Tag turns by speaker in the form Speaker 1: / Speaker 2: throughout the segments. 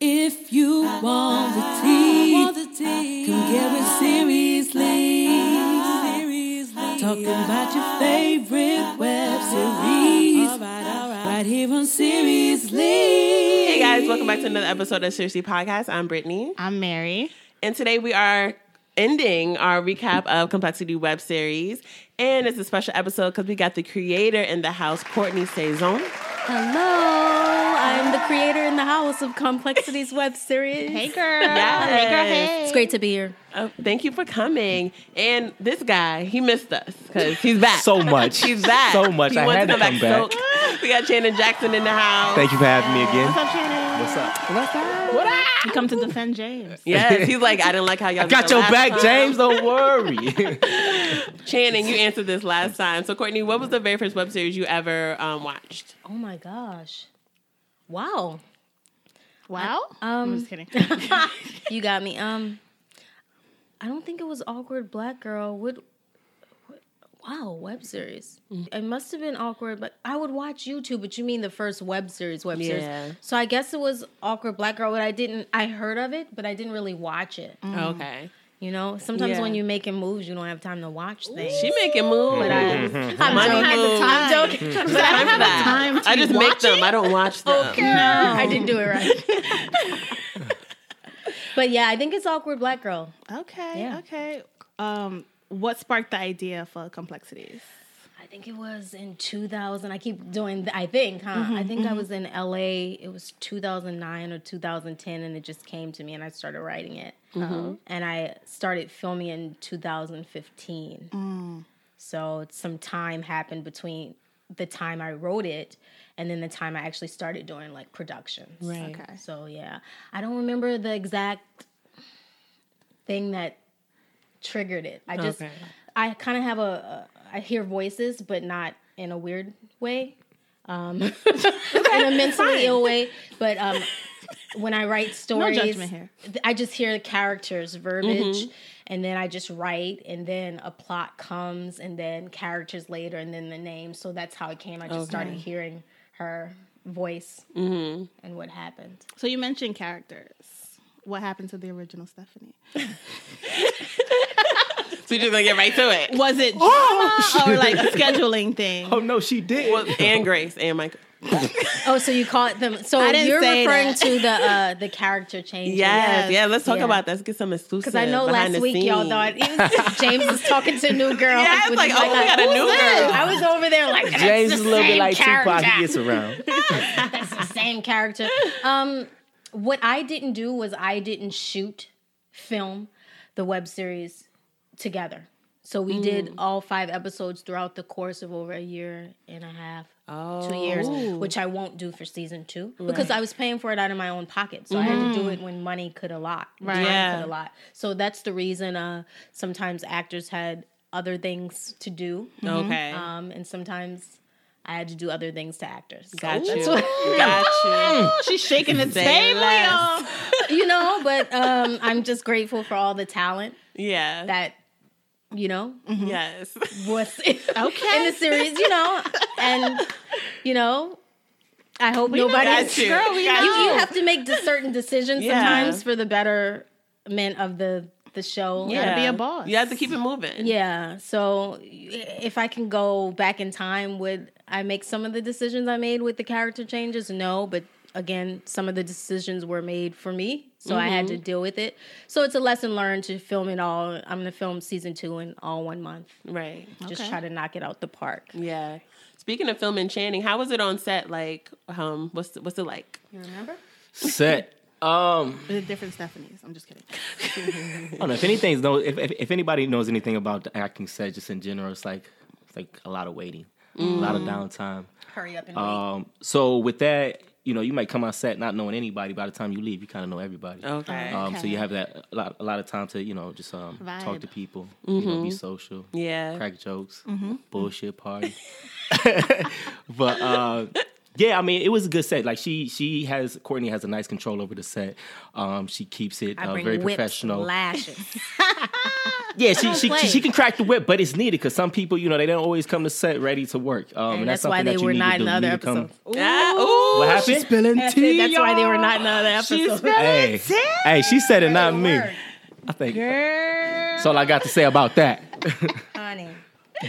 Speaker 1: If you want the tea, come get with seriously. Talking about your favorite web series, right here on Seriously.
Speaker 2: Hey guys, welcome back to another episode of Seriously Podcast. I'm Brittany,
Speaker 3: I'm Mary.
Speaker 2: and today we are ending our recap of Complexity web series, and it's a special episode because we got the creator in the house, Courtney Saison.
Speaker 4: Hello, I'm the creator in the house of Complexities web series.
Speaker 3: Hey girl.
Speaker 2: Yes.
Speaker 3: Hey girl. Hey.
Speaker 4: It's great to be here.
Speaker 2: Oh, thank you for coming. And this guy, he missed us because he's back.
Speaker 5: so much.
Speaker 2: he's back.
Speaker 5: So much.
Speaker 2: He
Speaker 5: I
Speaker 2: wants
Speaker 5: had to
Speaker 2: to
Speaker 5: come back.
Speaker 2: So, we got Shannon Jackson in the house.
Speaker 5: Thank you for having me again.
Speaker 3: What's up, Shannon?
Speaker 5: What's up? What's up?
Speaker 2: What up?
Speaker 3: You come to defend James.
Speaker 2: Yes, he's like, I didn't like how y'all
Speaker 5: I
Speaker 2: did
Speaker 5: got
Speaker 2: the
Speaker 5: your
Speaker 2: last
Speaker 5: back,
Speaker 2: time.
Speaker 5: James. Don't worry.
Speaker 2: Shannon, you answered this last time. So, Courtney, what was the very first web series you ever um, watched?
Speaker 4: Oh my gosh. Wow.
Speaker 3: Wow. I'm
Speaker 4: Um,
Speaker 3: just kidding.
Speaker 4: you got me. Um, I don't think it was awkward black girl. Would wow web series?
Speaker 3: Mm.
Speaker 4: It must have been awkward, but I would watch YouTube. But you mean the first web series? Web
Speaker 2: Yeah.
Speaker 4: series. So I guess it was awkward black girl. But I didn't. I heard of it, but I didn't really watch it.
Speaker 2: Okay.
Speaker 4: You know, sometimes
Speaker 2: Yeah.
Speaker 4: when you're making moves, you don't have time to watch things.
Speaker 2: She making moves.
Speaker 4: but
Speaker 2: But
Speaker 4: I,
Speaker 2: I,
Speaker 4: I'm
Speaker 2: Money
Speaker 4: joking.
Speaker 2: moves.
Speaker 4: I'm joking. But I don't have
Speaker 2: that.
Speaker 3: time to
Speaker 2: I just make them. I don't watch them.
Speaker 4: I didn't do it right. but yeah, I think it's awkward black girl.
Speaker 3: Okay.
Speaker 4: Yeah.
Speaker 3: Okay. Um, what sparked the idea for complexities?
Speaker 4: I think it was in 2000. I keep doing. th- I think, huh? I think I was in LA. It was 2009 or 2010, and it just came to me, and I started writing it. And I started filming in 2015. So some time happened between the time I wrote it and then the time I actually started doing like productions. Right.
Speaker 3: Okay.
Speaker 4: So yeah, I don't remember the exact thing that triggered it. I just
Speaker 2: Okay.
Speaker 4: I kind of have a, a I hear voices, but not in a weird way, um, in a mentally ill way. But um, when I write stories,
Speaker 3: judgment here.
Speaker 4: th- I just hear the characters, verbiage, and then I just write, and then a plot comes, and then characters later, and then the name. So that's how it came. I just started hearing her voice and what happened.
Speaker 3: So you mentioned characters. What happened to the original Stephanie?
Speaker 2: So you're just gonna get right to it.
Speaker 3: Was it drama or like a scheduling thing?
Speaker 5: oh no, she did.
Speaker 2: Well, and Grace and Michael.
Speaker 4: Oh, so you call it them? So
Speaker 3: I didn't
Speaker 4: you're
Speaker 3: say
Speaker 4: referring
Speaker 3: that.
Speaker 4: to the uh, the character changes.
Speaker 2: Yes, yeah. Let's talk
Speaker 4: Yeah.
Speaker 2: about that. Let's get some exclusive.
Speaker 4: Because I know
Speaker 2: behind
Speaker 4: last
Speaker 2: the
Speaker 4: week y'all
Speaker 2: scenes.
Speaker 4: thought James is talking to a new girl.
Speaker 2: Yeah, it's
Speaker 4: with
Speaker 2: like,
Speaker 4: his
Speaker 2: oh, we
Speaker 4: mic
Speaker 2: got a
Speaker 4: on.
Speaker 2: new
Speaker 4: Who's this?
Speaker 2: girl.
Speaker 4: I was over there like, that's
Speaker 5: James
Speaker 4: the
Speaker 5: is a little bit
Speaker 4: same
Speaker 5: like Tupac.
Speaker 4: character.
Speaker 5: He gets around.
Speaker 4: That's the same character. Um, what I didn't do was I didn't shoot, film the web series together. So we
Speaker 2: Mm.
Speaker 4: did all five episodes throughout the course of over a year and a half
Speaker 2: Oh.
Speaker 4: two years, which I won't do for season two because I was paying for it out of my own pocket. So I had to do it when money could allot, right.
Speaker 2: Mm. Yeah.
Speaker 4: could allot. So that's the reason uh, sometimes actors had other things to do,
Speaker 2: Okay.
Speaker 4: um, and sometimes I had to do other things to actors. So
Speaker 2: Got
Speaker 4: oh, that's
Speaker 2: you.
Speaker 4: what-
Speaker 2: Got you.
Speaker 3: Oh, She's shaking the
Speaker 2: Say
Speaker 3: table.
Speaker 2: less.
Speaker 3: y'all.
Speaker 4: you know, but um, I'm just grateful for all the talent
Speaker 2: Yeah.
Speaker 4: that you know
Speaker 2: yes.
Speaker 4: was okay in the series. You know, and you know, I hope nobody
Speaker 2: Got you.
Speaker 3: Girl, we
Speaker 2: Got
Speaker 4: you,
Speaker 2: you.
Speaker 4: you have to make de- certain decisions
Speaker 2: Yeah.
Speaker 4: sometimes for the betterment of the the show.
Speaker 2: Yeah.
Speaker 3: be a boss.
Speaker 2: You have to keep it moving.
Speaker 4: Yeah. So if I can go back in time, would I make some of the decisions I made with the character changes? No, but again, some of the decisions were made for me, so I had to deal with it. So it's a lesson learned to film it all. I'm gonna film season two in all one month.
Speaker 2: Right.
Speaker 4: Just
Speaker 3: Okay.
Speaker 4: try to knock it out the park.
Speaker 2: Yeah. Speaking of film and Channing, how was it on set? Like, um, what's what's it like?
Speaker 4: You remember?
Speaker 5: Set. Um,
Speaker 3: The different Stephanies. I'm just kidding.
Speaker 5: I don't know if anything's no. If, if if anybody knows anything about the acting set, just in general, it's like it's like a lot of waiting, a lot of downtime.
Speaker 4: Hurry up and
Speaker 5: Um, so with that, you know, you might come on set not knowing anybody. By the time you leave, you kind of know everybody.
Speaker 2: Okay.
Speaker 5: Um, so
Speaker 3: Okay.
Speaker 5: you have that a lot, a lot of time to you know just um, talk
Speaker 3: Vibe.
Speaker 5: to people, you know, be social,
Speaker 2: Yeah.
Speaker 4: Mm-hmm.
Speaker 5: crack jokes, bullshit party. but uh, Yeah, I mean, it was a good set. Like she, she has Courtney has a nice control over the set. Um, she keeps it
Speaker 4: I
Speaker 5: uh,
Speaker 4: bring
Speaker 5: very
Speaker 4: whips,
Speaker 5: professional.
Speaker 4: lashes.
Speaker 5: yeah, she, she
Speaker 4: play.
Speaker 5: she can crack the whip, but it's needed because some people, you know, they don't always come to set ready to work. Um, and,
Speaker 4: and
Speaker 5: that's,
Speaker 4: that's why
Speaker 5: something
Speaker 4: they
Speaker 5: that you
Speaker 4: were
Speaker 5: need
Speaker 4: not
Speaker 5: to do.
Speaker 4: in the
Speaker 5: You
Speaker 4: other
Speaker 5: need to come-
Speaker 4: episode.
Speaker 2: Ah, ooh,
Speaker 5: What happened?
Speaker 4: That's it. That's why they were not in the other episode.
Speaker 2: She's spilling
Speaker 5: Hey,
Speaker 2: tea.
Speaker 5: hey, she said it, not me.
Speaker 4: Word.
Speaker 5: I think
Speaker 2: Girl.
Speaker 5: that's all I got to say about that.
Speaker 4: Honey.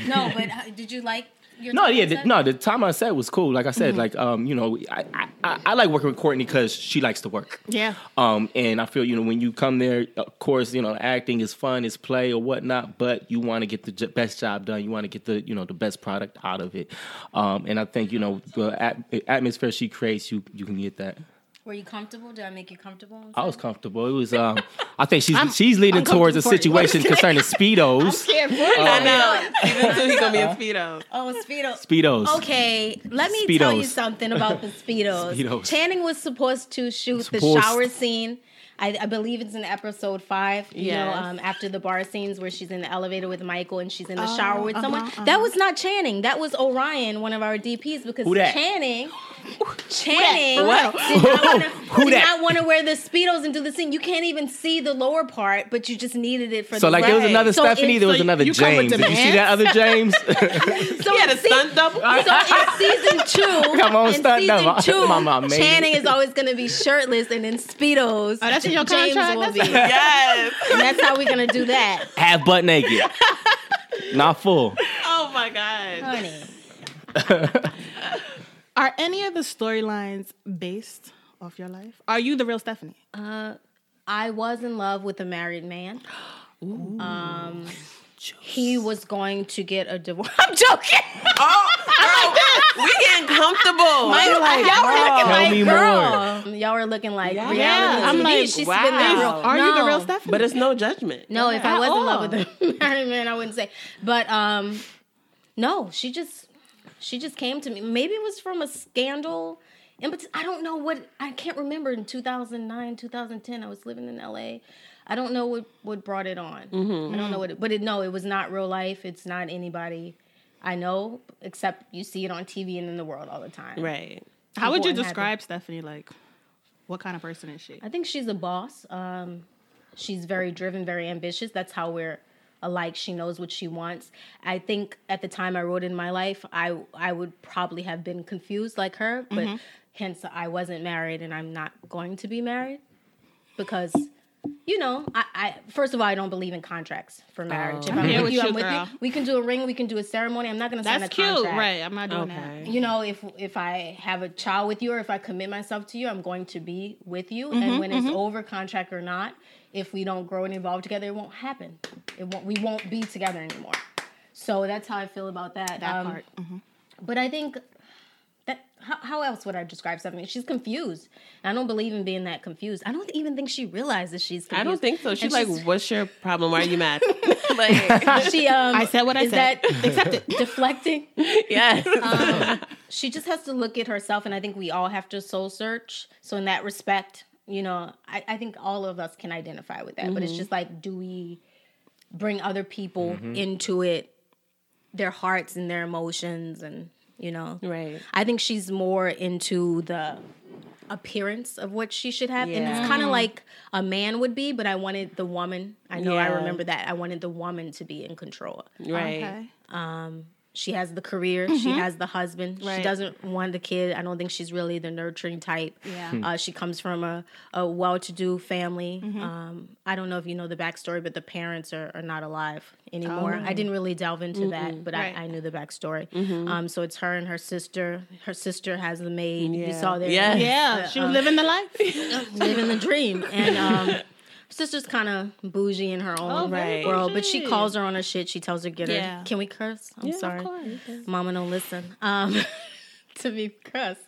Speaker 4: No, but uh, did you like your
Speaker 5: No,
Speaker 4: time
Speaker 5: yeah,
Speaker 4: on
Speaker 5: the,
Speaker 4: set?
Speaker 5: no. The time I said was cool. Like I said, like um, you know, I, I- I I like working with Courtney because she likes to work.
Speaker 3: Yeah.
Speaker 5: Um, and I feel you know when you come there, of course, you know, acting is fun, it's play or whatnot, but you want to get the j- best job done. You want to get the you know the best product out of it. Um, and I think you know the at- atmosphere she creates, you you can get that.
Speaker 4: Were you comfortable? Did I make you comfortable? on
Speaker 5: I was
Speaker 4: set?
Speaker 5: comfortable. It was um, I think she's she's leading towards a
Speaker 2: comfortable for you.
Speaker 5: situation concerning speedos.
Speaker 2: I know. Even though he's gonna be in speedo.
Speaker 4: Oh, Speedo.
Speaker 5: Speedos.
Speaker 4: Okay, let me tell you
Speaker 5: Speedos.
Speaker 4: something about the Speedos.
Speaker 5: Speedos.
Speaker 4: Channing was supposed to shoot the
Speaker 5: Supposed.
Speaker 4: shower scene. I, I believe it's in episode five, you know,
Speaker 2: Yes.
Speaker 4: um, after the bar scenes where she's in the elevator with Michael and she's in the
Speaker 2: Oh,
Speaker 4: shower with someone.
Speaker 2: uh-huh,
Speaker 4: That was not Channing. That was Orion, one of our DPs, because
Speaker 5: Who that?
Speaker 4: Channing, Channing
Speaker 2: Wow.
Speaker 4: did not wanna-
Speaker 5: Who
Speaker 4: did
Speaker 5: that?
Speaker 4: not want to wear the Speedos and do the scene. You can't even see the lower part, but you just needed it for
Speaker 5: So
Speaker 4: the
Speaker 5: like there was
Speaker 4: ride.
Speaker 5: another
Speaker 4: So
Speaker 5: Stephanie,
Speaker 4: it-
Speaker 5: there was
Speaker 4: so-
Speaker 5: another
Speaker 3: you come with
Speaker 5: James. Did you see that other James?
Speaker 4: so
Speaker 2: He had a
Speaker 4: it's-
Speaker 2: stunt double.
Speaker 3: Oh,
Speaker 4: So in season two,
Speaker 5: Come on,
Speaker 4: in
Speaker 5: start
Speaker 4: season
Speaker 5: that.
Speaker 4: two,
Speaker 5: My mom made
Speaker 4: Channing
Speaker 5: it.
Speaker 4: is always going to be shirtless and in speedos. Oh,
Speaker 3: that's in your
Speaker 4: James
Speaker 3: contract?
Speaker 4: Will be.
Speaker 3: That's-
Speaker 4: and
Speaker 2: Yes.
Speaker 4: that's how we're going to do that,
Speaker 5: Half butt naked, not full.
Speaker 2: Oh my god.
Speaker 4: honey.
Speaker 3: Are any of the storylines based off your life? Are you the real Stephanie?
Speaker 4: I was in love with a married man. Um, he was going to get a divorce. I'm joking.
Speaker 2: Oh, girl, we getting comfortable.
Speaker 4: y'all were looking
Speaker 5: Tell me
Speaker 4: like
Speaker 5: more.
Speaker 4: girl. Y'all were looking like
Speaker 2: Yeah.
Speaker 4: reality
Speaker 2: Yeah,
Speaker 3: I'm
Speaker 4: TV.
Speaker 3: like,
Speaker 4: She's
Speaker 2: wow.
Speaker 4: been that
Speaker 2: Is-
Speaker 4: role.
Speaker 3: Are you the
Speaker 4: No.
Speaker 3: real Stephanie?
Speaker 2: But it's no judgment.
Speaker 4: No, if I was in love
Speaker 3: all.
Speaker 4: with a married man, I wouldn't say. But um, no, she just she just came to me. Maybe it was from a scandal. And but I don't know what I can't remember in 2009, 2010 I was living in LA. I don't know what what brought it on. I don't know what it, but it no, it was not real life. It's not anybody I know except you see it on TV and in the world all the time.
Speaker 2: Right.
Speaker 3: How would you
Speaker 4: Important
Speaker 3: describe Stephanie? Like, what kind of person is she?
Speaker 4: I think she's a boss. Um, she's very driven, very ambitious. That's how we're alike. She knows what she wants. I think at the time I wrote in my life, I I would probably have been confused like her, but
Speaker 3: Mm-hmm.
Speaker 4: hence I wasn't married and I'm not going to be married because. You know, I, I first of all, I don't believe in contracts for marriage. If I'm with
Speaker 3: here Oh. with
Speaker 4: you,
Speaker 3: you,
Speaker 4: I'm with
Speaker 3: girl.
Speaker 4: you. We can do a ring, we can do a ceremony. I'm not going to sign
Speaker 3: That's
Speaker 4: a
Speaker 3: cute,
Speaker 4: contract
Speaker 3: right? I'm not doing
Speaker 2: Okay.
Speaker 4: you know if if i have a child with you or if i commit myself to you i'm going to be with you
Speaker 2: Mm-hmm,
Speaker 4: and when it's over contract or not if we don't grow and evolve together it won't happen it won't we won't be together anymore so that's how i feel about that, Um,
Speaker 3: that. That part.
Speaker 4: but i think that how, how else would i describe something she's confused i don't believe in being that confused i don't even think she realizes she's confused
Speaker 2: I don't think so. She's
Speaker 4: And
Speaker 2: like, "What's your problem? Why are you mad?" like,
Speaker 4: she's- she um
Speaker 3: I said what I
Speaker 4: is
Speaker 3: said.
Speaker 4: that accept it deflecting Um,
Speaker 2: yes.
Speaker 4: she just has to look at herself and i think we all have to soul search so in that respect you know i, I think all of us can identify with that but
Speaker 3: Mm-hmm.
Speaker 4: it's just like do we bring other people into it their hearts and their emotions and you know
Speaker 2: right.
Speaker 4: i think she's more into the appearance of what she should have and
Speaker 2: Yeah.
Speaker 4: it's kind of like a man would be but i wanted the woman i know i
Speaker 2: Yeah.
Speaker 4: remember that i wanted the woman to be in control
Speaker 2: Right.
Speaker 3: Okay.
Speaker 4: she has the career. She
Speaker 3: Mm-hmm.
Speaker 4: has the husband. She doesn't want the kid. I don't think she's really the nurturing type.
Speaker 3: Yeah.
Speaker 4: Uh, she comes from a, a well to do family.
Speaker 3: Mm-hmm.
Speaker 4: Um, I don't know if you know the backstory, but the parents are, are not alive anymore. I didn't really delve into that, but
Speaker 3: Oh. Right. Mm-hmm.
Speaker 4: I, I knew the backstory. Um, so it's her and her sister. Her sister has the maid. You saw there.
Speaker 2: Yes.
Speaker 3: Yeah, she was living the life.
Speaker 4: Living the dream. And um, her sister's kind of bougie in her own
Speaker 2: very
Speaker 4: world, but she
Speaker 3: bougie.
Speaker 4: calls her on her shit. She tells her, get her.
Speaker 3: Yeah.
Speaker 4: Can we curse? I'm sorry. Mama don't listen. Um, to be cussed.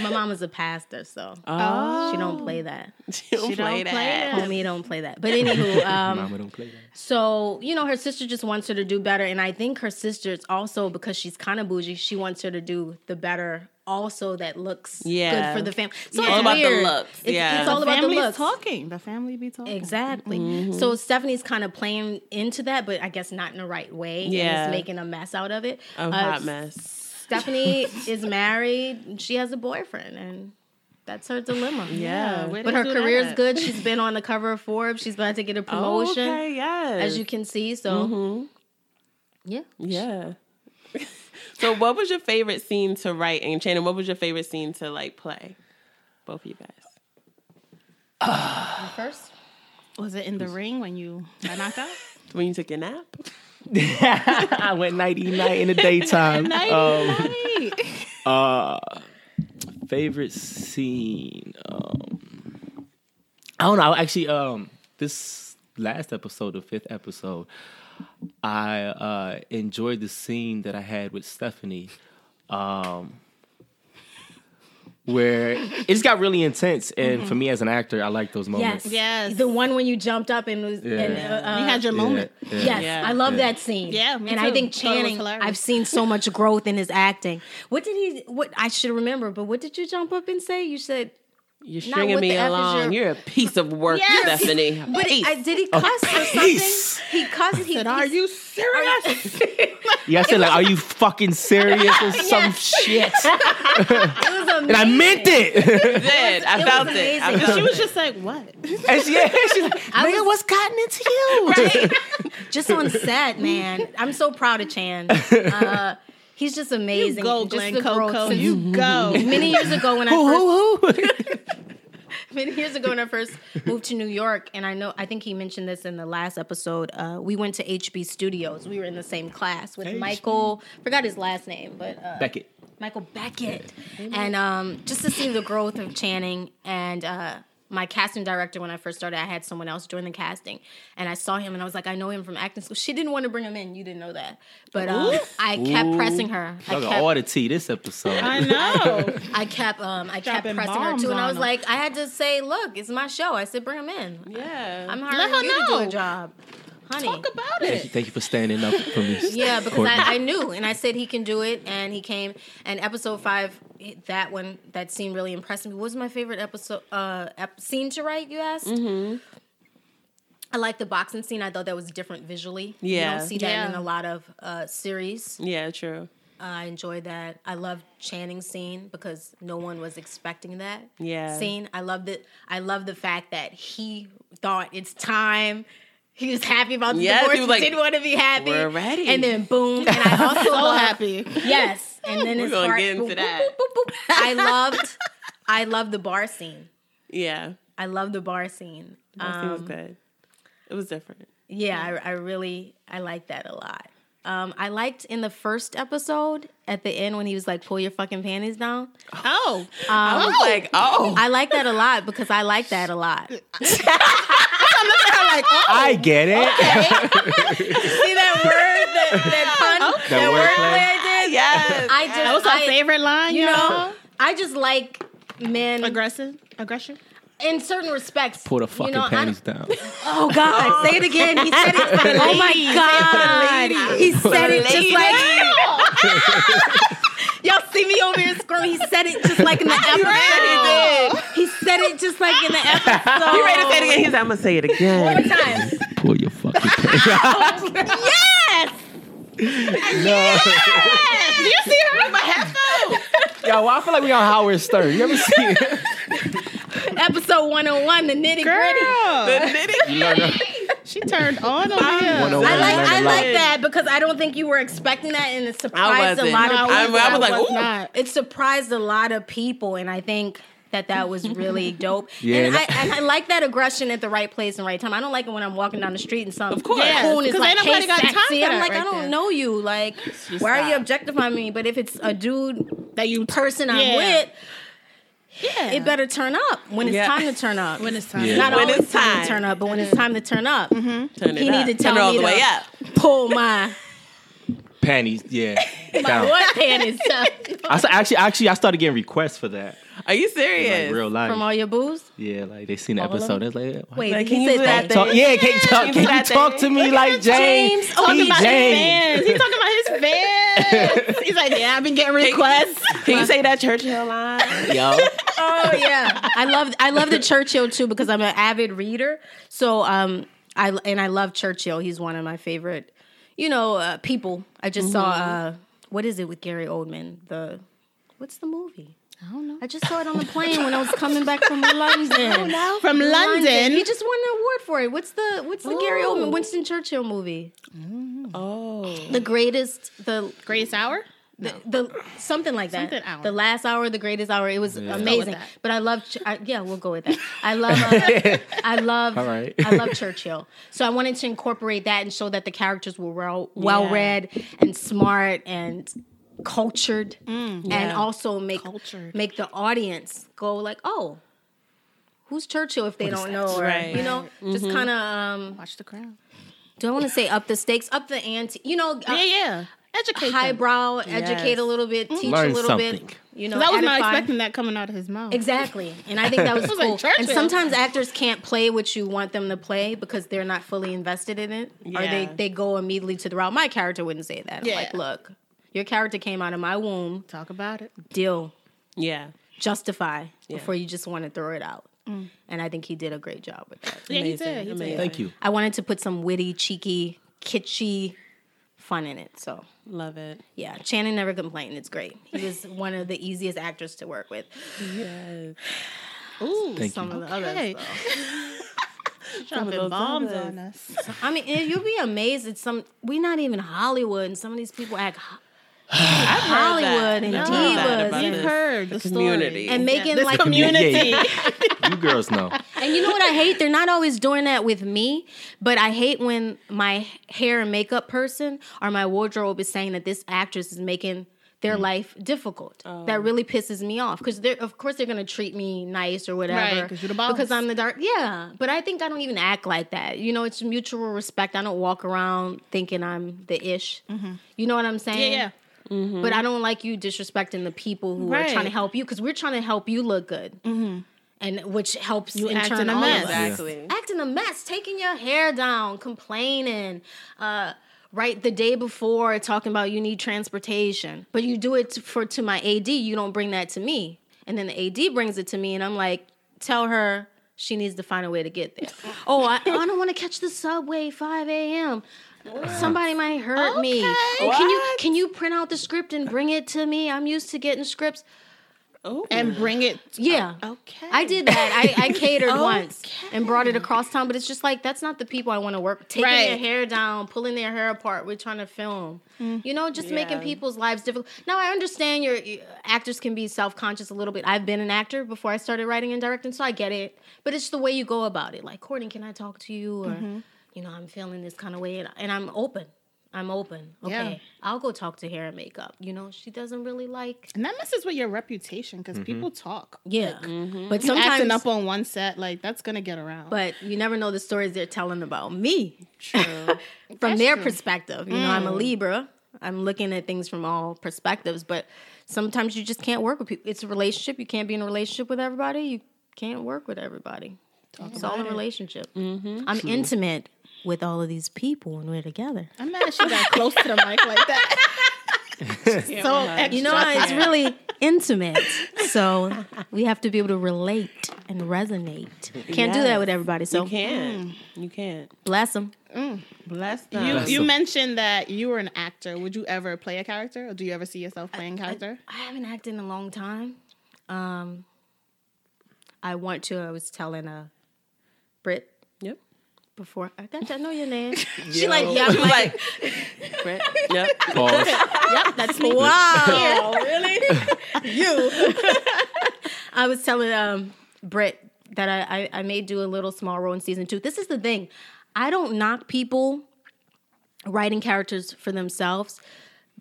Speaker 4: My mama's a pastor, so she don't play that.
Speaker 2: She don't play
Speaker 3: don't
Speaker 2: that.
Speaker 3: play that.
Speaker 4: Homie don't play that. But anywho, um,
Speaker 5: Mama don't play that.
Speaker 4: so you know, her sister just wants her to do better, and I think her sister is also because she's kind of bougie. She wants her to do the better. Also, that looks
Speaker 2: Yeah.
Speaker 4: good for the family. So
Speaker 2: All
Speaker 4: it's
Speaker 2: about the
Speaker 4: weird.
Speaker 2: looks,
Speaker 4: It's,
Speaker 2: yeah.
Speaker 4: it's all about the
Speaker 3: Family's
Speaker 4: looks.
Speaker 3: talking. The family be talking.
Speaker 4: Exactly.
Speaker 2: Mm-hmm.
Speaker 4: So Stephanie's kind of playing into that, but I guess not in the right way. and is
Speaker 2: Yeah.
Speaker 4: making a mess out of it.
Speaker 2: A
Speaker 4: Uh,
Speaker 2: hot mess.
Speaker 4: Stephanie is married. She has a boyfriend, and that's her dilemma.
Speaker 2: Yeah, where
Speaker 4: but
Speaker 2: they
Speaker 4: her
Speaker 2: do
Speaker 4: career's
Speaker 2: that?
Speaker 4: good. She's been on the cover of Forbes. She's about to get a promotion,
Speaker 2: Okay, Mm-hmm. yes.
Speaker 4: as you can see. So, yeah,
Speaker 2: Yeah. so what was your favorite scene to write and Shannon, what was your favorite scene to like play? Both of you guys.
Speaker 4: first.
Speaker 3: Was it in the ring when you got knocked out?
Speaker 2: When you took your nap?
Speaker 5: I went nighty night in the daytime. Um, uh, favorite scene. Um, I don't know. Actually, um, this last episode, the fifth episode, I uh, enjoyed the scene that I had with Stephanie. Um, where it just got really intense, and for me as an actor, I like those moments.
Speaker 4: Yes,
Speaker 3: Yes.
Speaker 4: The one when you jumped up and was, and,
Speaker 5: Yeah.
Speaker 4: uh,
Speaker 3: you had your
Speaker 5: Yeah,
Speaker 3: moment.
Speaker 5: yeah.
Speaker 4: Yes,
Speaker 2: Yeah.
Speaker 4: I love that scene.
Speaker 3: Yeah, me
Speaker 4: and I
Speaker 3: too.
Speaker 4: think
Speaker 3: Thought it was
Speaker 4: Channing.
Speaker 3: hilarious.
Speaker 4: I've seen so much growth in his acting. What did he? What I should remember, but what did you jump up and say? You said,
Speaker 2: You're
Speaker 4: Not
Speaker 2: stringing
Speaker 4: what
Speaker 2: me
Speaker 4: the F is
Speaker 2: along.
Speaker 4: your-
Speaker 2: You're a piece of work,
Speaker 4: Yes.
Speaker 2: Stephanie.
Speaker 4: but
Speaker 2: Piece.
Speaker 4: I, did he
Speaker 3: Oh,
Speaker 4: cuss or
Speaker 5: piece.
Speaker 4: something? He cussed. He,
Speaker 3: Are
Speaker 4: he-
Speaker 3: you serious?
Speaker 5: Yeah, I said like, "Are you fucking serious?" or some shit,
Speaker 4: It was amazing.
Speaker 5: and I meant
Speaker 2: I
Speaker 5: it.
Speaker 2: did. I
Speaker 4: it was
Speaker 2: felt it. I
Speaker 4: amazing.
Speaker 2: felt
Speaker 3: she was
Speaker 2: it.
Speaker 3: just like, what?
Speaker 5: And she, yeah, she's like, nigga, what's gotten into you?
Speaker 4: just on set, man. I'm so proud of Chan. Uh, he's just amazing.
Speaker 3: Go,
Speaker 4: Just
Speaker 3: Glenn
Speaker 4: the growth
Speaker 3: Coco.
Speaker 4: since-
Speaker 3: You go.
Speaker 4: Many years ago, when I
Speaker 5: Who,
Speaker 4: first
Speaker 5: who, who?
Speaker 4: many years ago when I first moved to New York, and I know I think he mentioned this in the last episode. Uh, we went to HB Studios. We were in the same class with Michael. Forgot his last name, but uh,
Speaker 5: Beckett.
Speaker 4: Michael Beckett. And um, just to see the growth of Channing and uh, my casting director when I first started, I had someone else doing the casting, and I saw him, and I was like, I know him from acting school. She didn't want to bring him in. You didn't know that, but um, I kept pressing her. I
Speaker 5: Y'all
Speaker 4: kept,
Speaker 5: got all the tea this episode.
Speaker 3: I know.
Speaker 4: I kept um I kept
Speaker 3: Dropping
Speaker 4: pressing her
Speaker 3: bombs
Speaker 4: too, and
Speaker 3: on
Speaker 4: I was
Speaker 3: them.
Speaker 4: like, I had to say, look, it's my show. I said, bring him in.
Speaker 2: yeah.
Speaker 4: I'm hiring you
Speaker 3: her
Speaker 4: to do
Speaker 3: know.
Speaker 4: a job, honey.
Speaker 3: Talk about
Speaker 5: Thank you,
Speaker 3: it.
Speaker 5: thank you for standing up for me.
Speaker 4: yeah, because
Speaker 5: Courtney.
Speaker 4: I, I knew, and I said he can do it, and he came. And episode five, it- that one, that scene really impressed me. What was my favorite episode uh ep- scene to write? You asked. I like the boxing scene. I thought that was different visually. you
Speaker 2: Yeah.
Speaker 4: don't see that
Speaker 3: Yeah.
Speaker 4: in a lot of uh, series.
Speaker 2: yeah, true.
Speaker 4: I enjoyed that. I loved Channing's scene because no one was expecting that.
Speaker 2: Yeah.
Speaker 4: Scene. I loved it. I love the fact that he thought it's time. He was happy about the
Speaker 2: Yes, he
Speaker 4: divorce. He,
Speaker 2: was like,
Speaker 4: didn't want to be happy.
Speaker 2: "We're ready."
Speaker 4: And then boom. And I also
Speaker 3: So
Speaker 4: loved-
Speaker 3: happy.
Speaker 4: Yes. And then
Speaker 2: We're
Speaker 4: his
Speaker 2: gonna
Speaker 4: heart-
Speaker 2: get into that.
Speaker 4: I loved. I loved the bar scene.
Speaker 2: Yeah.
Speaker 4: I loved the bar scene.
Speaker 2: That scene was
Speaker 4: Um,
Speaker 2: good. It was different.
Speaker 4: yeah, I, I really I like that a lot. Um, I liked in the first episode at the end when he was like, "Pull your fucking panties down."
Speaker 3: Oh.
Speaker 2: I was like, oh.
Speaker 4: I like that a lot because I like that a lot.
Speaker 5: I get it.
Speaker 4: See that word, that, that pun,
Speaker 5: That
Speaker 4: I
Speaker 5: wordplay.
Speaker 4: did.
Speaker 2: yes.
Speaker 4: I just,
Speaker 3: That was
Speaker 4: I,
Speaker 3: our favorite line,
Speaker 4: you
Speaker 3: y'all.
Speaker 4: know, I just like men
Speaker 3: Aggressive. Aggression.
Speaker 4: in certain respects.
Speaker 5: Pull the
Speaker 4: you
Speaker 5: fucking
Speaker 4: know, I-
Speaker 5: panties down.
Speaker 4: Oh God, say it again. He said it. oh my God, he said it just like. Y'all see me over here scrolling. He said it just like in the episode. He said it just like in the episode.
Speaker 2: You ready to say it again? He's like, I'm gonna say it again.
Speaker 4: Time.
Speaker 5: Pull your fucking panties
Speaker 4: Yes.
Speaker 5: down.
Speaker 4: Do you see her with my headphones?
Speaker 5: Yo, well, I feel like we on Howard Stern. You ever seen it?
Speaker 4: Episode 101, the nitty gritty.
Speaker 3: Girl.
Speaker 5: You learn to-
Speaker 3: She turned on over
Speaker 5: one on
Speaker 3: here.
Speaker 5: one, oh
Speaker 4: I like
Speaker 5: learn to
Speaker 4: I
Speaker 5: love.
Speaker 4: like that because I don't think you were expecting that, and it
Speaker 2: I
Speaker 4: surprised a
Speaker 2: wasn't.
Speaker 4: lot
Speaker 2: I,
Speaker 4: of people.
Speaker 2: I was, like, ooh.
Speaker 3: not.
Speaker 4: it surprised a lot of people, and I think that that was really dope.
Speaker 5: Yeah,
Speaker 4: and,
Speaker 5: and
Speaker 4: I, and I like that aggression at the right place and right time. I don't like it when I'm walking down the street and some of
Speaker 2: course.
Speaker 4: coon is
Speaker 3: 'cause
Speaker 4: like,
Speaker 3: ain't nobody
Speaker 4: hey,
Speaker 3: got time
Speaker 4: sexy.
Speaker 3: for
Speaker 4: I'm
Speaker 3: that
Speaker 4: like, I
Speaker 3: right
Speaker 4: don't
Speaker 3: there.
Speaker 4: know you. Like,
Speaker 2: just
Speaker 4: why are you
Speaker 2: stop.
Speaker 4: objectifying me? But if it's a dude
Speaker 3: That you
Speaker 4: person I'm
Speaker 3: Yeah.
Speaker 4: with,
Speaker 3: Yeah.
Speaker 4: it better turn up when it's
Speaker 2: Yeah.
Speaker 4: time to turn up.
Speaker 3: When it's time.
Speaker 5: Yeah.
Speaker 4: Not
Speaker 5: When
Speaker 4: always
Speaker 2: it's
Speaker 4: time.
Speaker 2: time. Mm-hmm.
Speaker 4: to turn up, but when it's time to turn up,
Speaker 2: Turn it
Speaker 4: he
Speaker 2: up.
Speaker 4: need to
Speaker 2: Turn
Speaker 4: tell
Speaker 2: it all
Speaker 4: me
Speaker 2: the way
Speaker 4: to
Speaker 2: up.
Speaker 4: pull my
Speaker 5: Panties, yeah.
Speaker 4: my
Speaker 5: down.
Speaker 4: what panties up
Speaker 5: I s- actually, actually, I started getting requests for that.
Speaker 2: Are you
Speaker 5: Like
Speaker 2: serious?
Speaker 5: real life.
Speaker 4: from all your booze.
Speaker 5: Yeah, like they seen the episode. It's like, why
Speaker 4: Wait,
Speaker 2: Like,
Speaker 4: he
Speaker 2: can you
Speaker 4: said
Speaker 2: do
Speaker 4: that.
Speaker 2: that
Speaker 5: Talk, yeah, can you talk, can you
Speaker 2: that
Speaker 5: talk to
Speaker 2: thing.
Speaker 5: me like James?
Speaker 4: James. Oh,
Speaker 5: He
Speaker 4: about his
Speaker 5: James.
Speaker 3: He's talking about his fans. He's like, yeah, I've been getting requests.
Speaker 2: Can you say that Churchill line?
Speaker 5: Yo,
Speaker 4: Oh yeah, I love I love the Churchill too because I'm an avid reader. So um, I
Speaker 2: Mm-hmm.
Speaker 4: and I love Churchill. He's one of my favorite, you know, uh, people. I just saw uh, what is it with Gary Oldman? The what's the movie?
Speaker 6: I don't know.
Speaker 4: I just saw it on the plane when I was coming back from London.
Speaker 3: From London?
Speaker 4: he just won an award for it. What's the what's the Gary
Speaker 2: Oh.
Speaker 4: Oldman Winston Churchill movie?
Speaker 3: Mm.
Speaker 2: Oh,
Speaker 4: The greatest, the
Speaker 3: Grace Hour?
Speaker 4: the, the something like that.
Speaker 3: Oh. Something hour.
Speaker 4: The last hour, the greatest hour. It was amazing.
Speaker 3: that.
Speaker 4: But I love. Ch- I, yeah, we'll go with that. I love. Uh, I love.
Speaker 5: All right.
Speaker 4: I love Churchill. So I wanted to incorporate that and show that the characters were well well read and smart and cultured, and also make
Speaker 3: Mm. Cultured.
Speaker 4: make the audience go like, oh. Who's Churchill if they don't know? Or,
Speaker 2: Right.
Speaker 4: You know, just
Speaker 3: Mm-hmm.
Speaker 4: kind of, um,
Speaker 3: Watch the crown.
Speaker 4: do I want to say up the stakes, up the ante? You know, uh,
Speaker 3: Yeah, yeah. Educate. them.
Speaker 4: highbrow, educate a little bit, teach
Speaker 5: Learn
Speaker 4: a little
Speaker 5: something.
Speaker 4: bit. You know,
Speaker 3: So I was not
Speaker 4: edify.
Speaker 3: expecting that coming out of his mouth.
Speaker 4: Exactly, and I think that was,
Speaker 3: was like
Speaker 4: cool. and
Speaker 3: Churchill.
Speaker 4: sometimes actors can't play what you want them to play because they're not fully invested in it, or they
Speaker 2: Yeah.
Speaker 4: they go immediately to the route. My character wouldn't say that. I'm
Speaker 3: Yeah.
Speaker 4: like, look, your character came out of my womb.
Speaker 3: Talk about it.
Speaker 4: Deal,
Speaker 2: yeah.
Speaker 4: justify before you just want to throw it out. And I think he did a great job with that.
Speaker 3: Yeah, he did. He did.
Speaker 5: Thank you.
Speaker 4: I wanted to put some witty, cheeky, kitschy fun in it. So
Speaker 2: Love it.
Speaker 4: Yeah, Channing never complained. It's great. He was one of the easiest actors to work with.
Speaker 2: Yes.
Speaker 3: Ooh,
Speaker 5: Thank
Speaker 4: Some of the others.
Speaker 3: Okay. dropping bombs on us.
Speaker 4: though. I mean, and you'll be amazed at some. We're not even Hollywood, and some of these people act ho-
Speaker 2: I've heard that.
Speaker 4: Hollywood and
Speaker 2: I've heard that
Speaker 4: divas.
Speaker 2: about
Speaker 3: We've
Speaker 2: this.
Speaker 3: heard the
Speaker 2: community.
Speaker 3: story.
Speaker 4: and making
Speaker 3: This
Speaker 4: like.
Speaker 3: community.
Speaker 5: You girls know.
Speaker 4: and you know what I hate? They're not always doing that with me, but I hate when my hair and makeup person or my wardrobe is saying that this actress is making their
Speaker 3: Mm.
Speaker 4: life difficult.
Speaker 3: Oh.
Speaker 4: That really pisses me off because they're of course they're gonna treat me nice or whatever.
Speaker 3: Right, 'cause you're the boss.
Speaker 4: Because I'm the dark. Yeah, but I think I don't even act like that. You know, it's mutual respect. I don't walk around thinking I'm the ish. You know what I'm saying?
Speaker 3: Mm-hmm. yeah.
Speaker 4: But I don't like you disrespecting the people who are
Speaker 3: Mm-hmm. Right. Mm-hmm.
Speaker 4: trying to help you because we're trying to help you look good. And which helps you in
Speaker 3: act
Speaker 4: turn
Speaker 3: in a
Speaker 4: all of
Speaker 3: mess.
Speaker 4: us
Speaker 2: Exactly.
Speaker 4: acting a mess, taking your hair down, complaining, uh, right the day before talking about you need transportation, but you do it to, for to my AD. You don't bring that to me, and then the AD brings it to me, and I'm like, tell her she needs to find a way to get there. oh, I, oh, I don't want to catch the subway 5 a.m. Somebody might hurt me.
Speaker 3: Okay.
Speaker 4: Oh, can you can you print out the script and bring it to me? I'm used to getting scripts.
Speaker 3: and bring it.
Speaker 4: Yeah.
Speaker 3: Oh, Okay.
Speaker 4: I did that. I, I catered once and brought it across town, but it's just like that's not the people I want to work. Taking their
Speaker 3: Right.
Speaker 4: hair down, pulling their hair apart. We're trying to film.
Speaker 3: Mm-hmm.
Speaker 4: You know, just making
Speaker 2: Yeah.
Speaker 4: people's lives difficult. Now I understand your you- actors can be self conscious a little bit. I've been an actor before I started writing and directing, so I get it. But it's the way you go about it. Like, Courtney, can I talk to you? Or
Speaker 3: Mm-hmm.
Speaker 4: you know, I'm feeling this kind of way, and, and I'm open. I'm open. Okay,
Speaker 3: Yeah.
Speaker 4: I'll go talk to hair and makeup. You know, she doesn't really like.
Speaker 3: And that messes with your reputation because
Speaker 2: Mm-hmm.
Speaker 3: people talk.
Speaker 4: Yeah, but
Speaker 3: You
Speaker 4: sometimes
Speaker 3: Mm-hmm. acting up on one set, like that's gonna get around.
Speaker 4: but you never know the stories they're telling about me
Speaker 2: True. Mm.
Speaker 4: from their perspective. You know, I'm a Libra. I'm looking at things from all perspectives, but sometimes you just can't work with people. It's a relationship. You can't be in a relationship with everybody. You can't work with everybody. it's all a relationship.
Speaker 2: Mm-hmm.
Speaker 4: I'm intimate with all of these people when we're together.
Speaker 3: I'm mad she got close to the mic like that. so extra.
Speaker 4: You know, it's really intimate. So we have to be able to relate and resonate. Can't do that
Speaker 2: Yes.
Speaker 4: with everybody. So
Speaker 2: You can't. You can't.
Speaker 4: bless them.
Speaker 2: Bless
Speaker 3: You,
Speaker 2: them.
Speaker 3: you mentioned that you were an actor. Would you ever play a character, or do you ever see yourself playing character?
Speaker 4: I haven't acted in a long time. Um, I want to. I was telling a Brit
Speaker 2: yep.
Speaker 4: before. I got you. I know your name. she like yeah. I'm like,
Speaker 2: Brett. Yep.
Speaker 5: Pause.
Speaker 4: yep, that's me. Wow, really? you. I was telling um, Brett that I, I, I may do a little small role in season two. This is the thing. I don't knock people writing characters for themselves,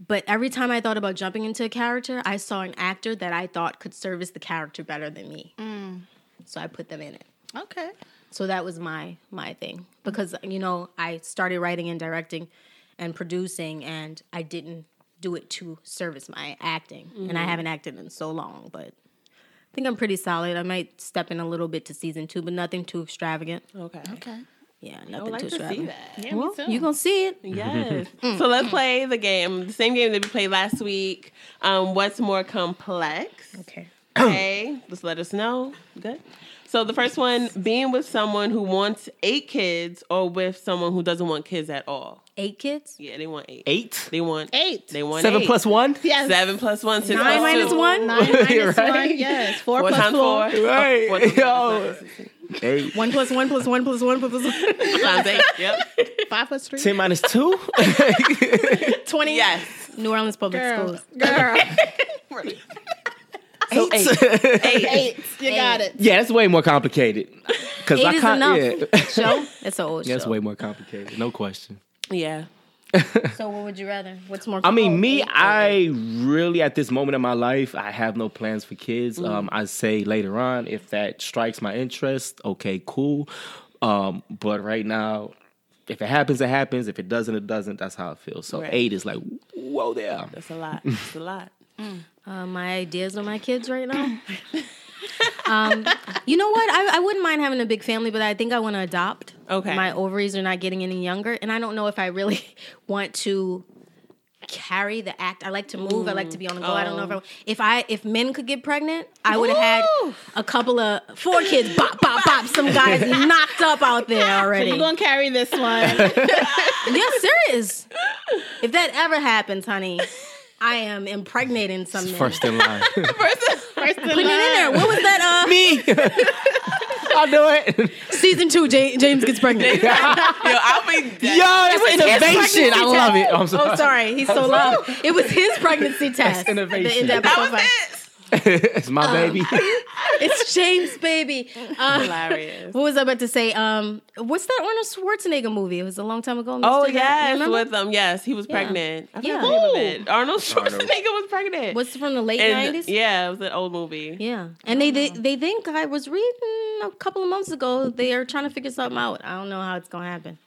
Speaker 4: but every time I thought about jumping into a character, I saw an actor that I thought could service the character better than me. So I put them in it.
Speaker 3: Okay.
Speaker 4: So that was my my thing because you know I started writing and directing and producing and I didn't do it to service my acting and I haven't acted in so long but I think I'm pretty solid. I might step in a little bit to season 2 but nothing too extravagant.
Speaker 2: Okay.
Speaker 3: Okay.
Speaker 4: Yeah,
Speaker 2: Oh, I
Speaker 4: nothing
Speaker 2: would like
Speaker 4: too
Speaker 2: to see
Speaker 4: extravagant.
Speaker 2: that.
Speaker 3: Yeah,
Speaker 4: Well,
Speaker 3: me too.
Speaker 4: you going to see it.
Speaker 2: Yes.
Speaker 5: Mm.
Speaker 2: So let's play the game, the same game that we played last week. Um, what's more complex?
Speaker 4: Okay.
Speaker 2: okay, just let us know. Good. So the first one, being with someone who wants eight kids or with someone who doesn't want kids at all.
Speaker 4: Eight kids?
Speaker 2: Yeah, they want eight.
Speaker 5: Eight?
Speaker 2: They want
Speaker 3: Eight.
Speaker 2: They want
Speaker 5: Seven
Speaker 2: eight.
Speaker 5: plus one?
Speaker 3: Yes.
Speaker 2: Seven plus one. Six
Speaker 4: Nine
Speaker 2: plus
Speaker 4: minus
Speaker 2: two.
Speaker 4: one?
Speaker 3: Nine minus
Speaker 5: Right?
Speaker 3: one. Yes. Four,
Speaker 2: Four
Speaker 3: plus
Speaker 2: times
Speaker 3: four.
Speaker 2: four.
Speaker 5: Right.
Speaker 2: Four times
Speaker 5: Yo.
Speaker 2: nine is
Speaker 5: Eight.
Speaker 3: One plus one plus one plus one plus one.
Speaker 2: Times eight. Yep.
Speaker 3: Five plus three.
Speaker 5: Ten minus two?
Speaker 3: 20.
Speaker 2: Yes.
Speaker 4: New Orleans Public
Speaker 3: Girl.
Speaker 4: Schools.
Speaker 3: Girl.
Speaker 2: So eight. Eight.
Speaker 3: Eight. You got it.
Speaker 5: yeah, that's way more complicated. Cause
Speaker 4: Eight is
Speaker 5: can't-
Speaker 4: enough.
Speaker 5: Yeah.
Speaker 4: Show? It's an old
Speaker 5: That's
Speaker 4: show.
Speaker 5: way more complicated. No question.
Speaker 2: Yeah.
Speaker 4: So what would you rather? What's more
Speaker 5: I mean,
Speaker 4: cool,
Speaker 5: me,
Speaker 4: eight or eight?
Speaker 5: I really at this moment in my life, I have no plans for kids. Um, I say later on if that strikes my interest, okay, cool. Um, but right now, if it happens, it happens. If it doesn't, it doesn't. That's how it feels. So
Speaker 2: Right.
Speaker 5: eight is like, whoa, there.
Speaker 2: That's a lot. That's a lot.
Speaker 4: Uh, my ideas on my kids right now. um, you know what? I, I wouldn't mind having a big family, but I think I want to adopt.
Speaker 2: Okay.
Speaker 4: My ovaries are not getting any younger, and I don't know if I really want to carry the act. I like to move. I like to be on the go. I don't know if I, if I if men could get pregnant, I would have had
Speaker 3: Ooh.
Speaker 4: a couple of four kids. Bop bop bop. Some guys knocked up out there already.
Speaker 3: You're going to carry this one.
Speaker 4: Yes, serious. If that ever happens, honey, I am impregnating some men.
Speaker 5: First in line.
Speaker 3: First in
Speaker 4: Putting it in there.
Speaker 3: line.
Speaker 4: What was that? Uh,
Speaker 5: Me. I'll do it.
Speaker 4: Season two, James, James gets pregnant.
Speaker 2: Yo, I'll be
Speaker 5: Yo,
Speaker 2: dead.
Speaker 5: that's innovation. I love it. I'm sorry.
Speaker 4: Oh, sorry. He's so low. It was his pregnancy test. The end
Speaker 5: innovation.
Speaker 4: of
Speaker 2: That
Speaker 4: episode
Speaker 2: was
Speaker 4: five.
Speaker 2: it.
Speaker 5: it's my baby.
Speaker 4: It's James, baby. Uh,
Speaker 2: Hilarious.
Speaker 4: what was I about to say? Um, what's that Arnold Schwarzenegger movie? It was a long time ago.
Speaker 2: Oh
Speaker 4: Mr. Right,
Speaker 2: yes,
Speaker 4: remember?
Speaker 2: with um yes, he was pregnant. I forgot
Speaker 4: Yeah.
Speaker 2: the name of it. Arnold Schwarzenegger was pregnant.
Speaker 4: what's from the late
Speaker 2: And-
Speaker 4: nineties?
Speaker 2: Yeah, Oh. it was an old movie.
Speaker 4: Yeah, and they, they they think I was reading a couple of months ago. They are trying to figure something out. I don't know how it's gonna happen,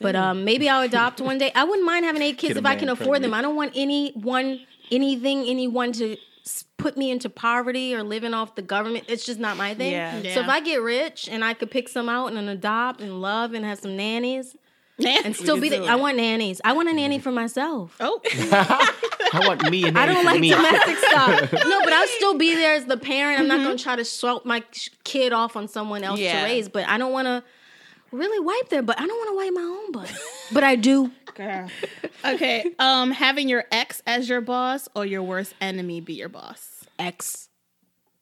Speaker 4: but um, maybe I'll adopt one day. I wouldn't mind having eight kids
Speaker 5: Get a
Speaker 4: if I
Speaker 5: man
Speaker 4: can afford them. I don't want any one anything anyone to s- put me into poverty or living off the government. It's just not my thing.
Speaker 2: Yeah.
Speaker 3: Yeah.
Speaker 4: So if I get rich and I could pick some out and then adopt and love and have some nannies and still
Speaker 2: could
Speaker 4: be
Speaker 2: do
Speaker 4: the,
Speaker 2: it.
Speaker 4: I want nannies. I want a nanny for myself.
Speaker 3: Oh,
Speaker 5: I want me and
Speaker 4: I don't
Speaker 5: everything
Speaker 4: like
Speaker 5: me.
Speaker 4: domestic stuff. No, but I'll still be there as the parent. I'm not gonna try to shout my sh- kid off on someone else
Speaker 2: Mm-hmm. Yeah.
Speaker 4: to raise. But I don't want to really wipe their butt. I don't want to wipe my own butt. But I do.
Speaker 3: girl. Okay. Um, having your ex as your boss or your worst enemy be your boss.
Speaker 4: Ex,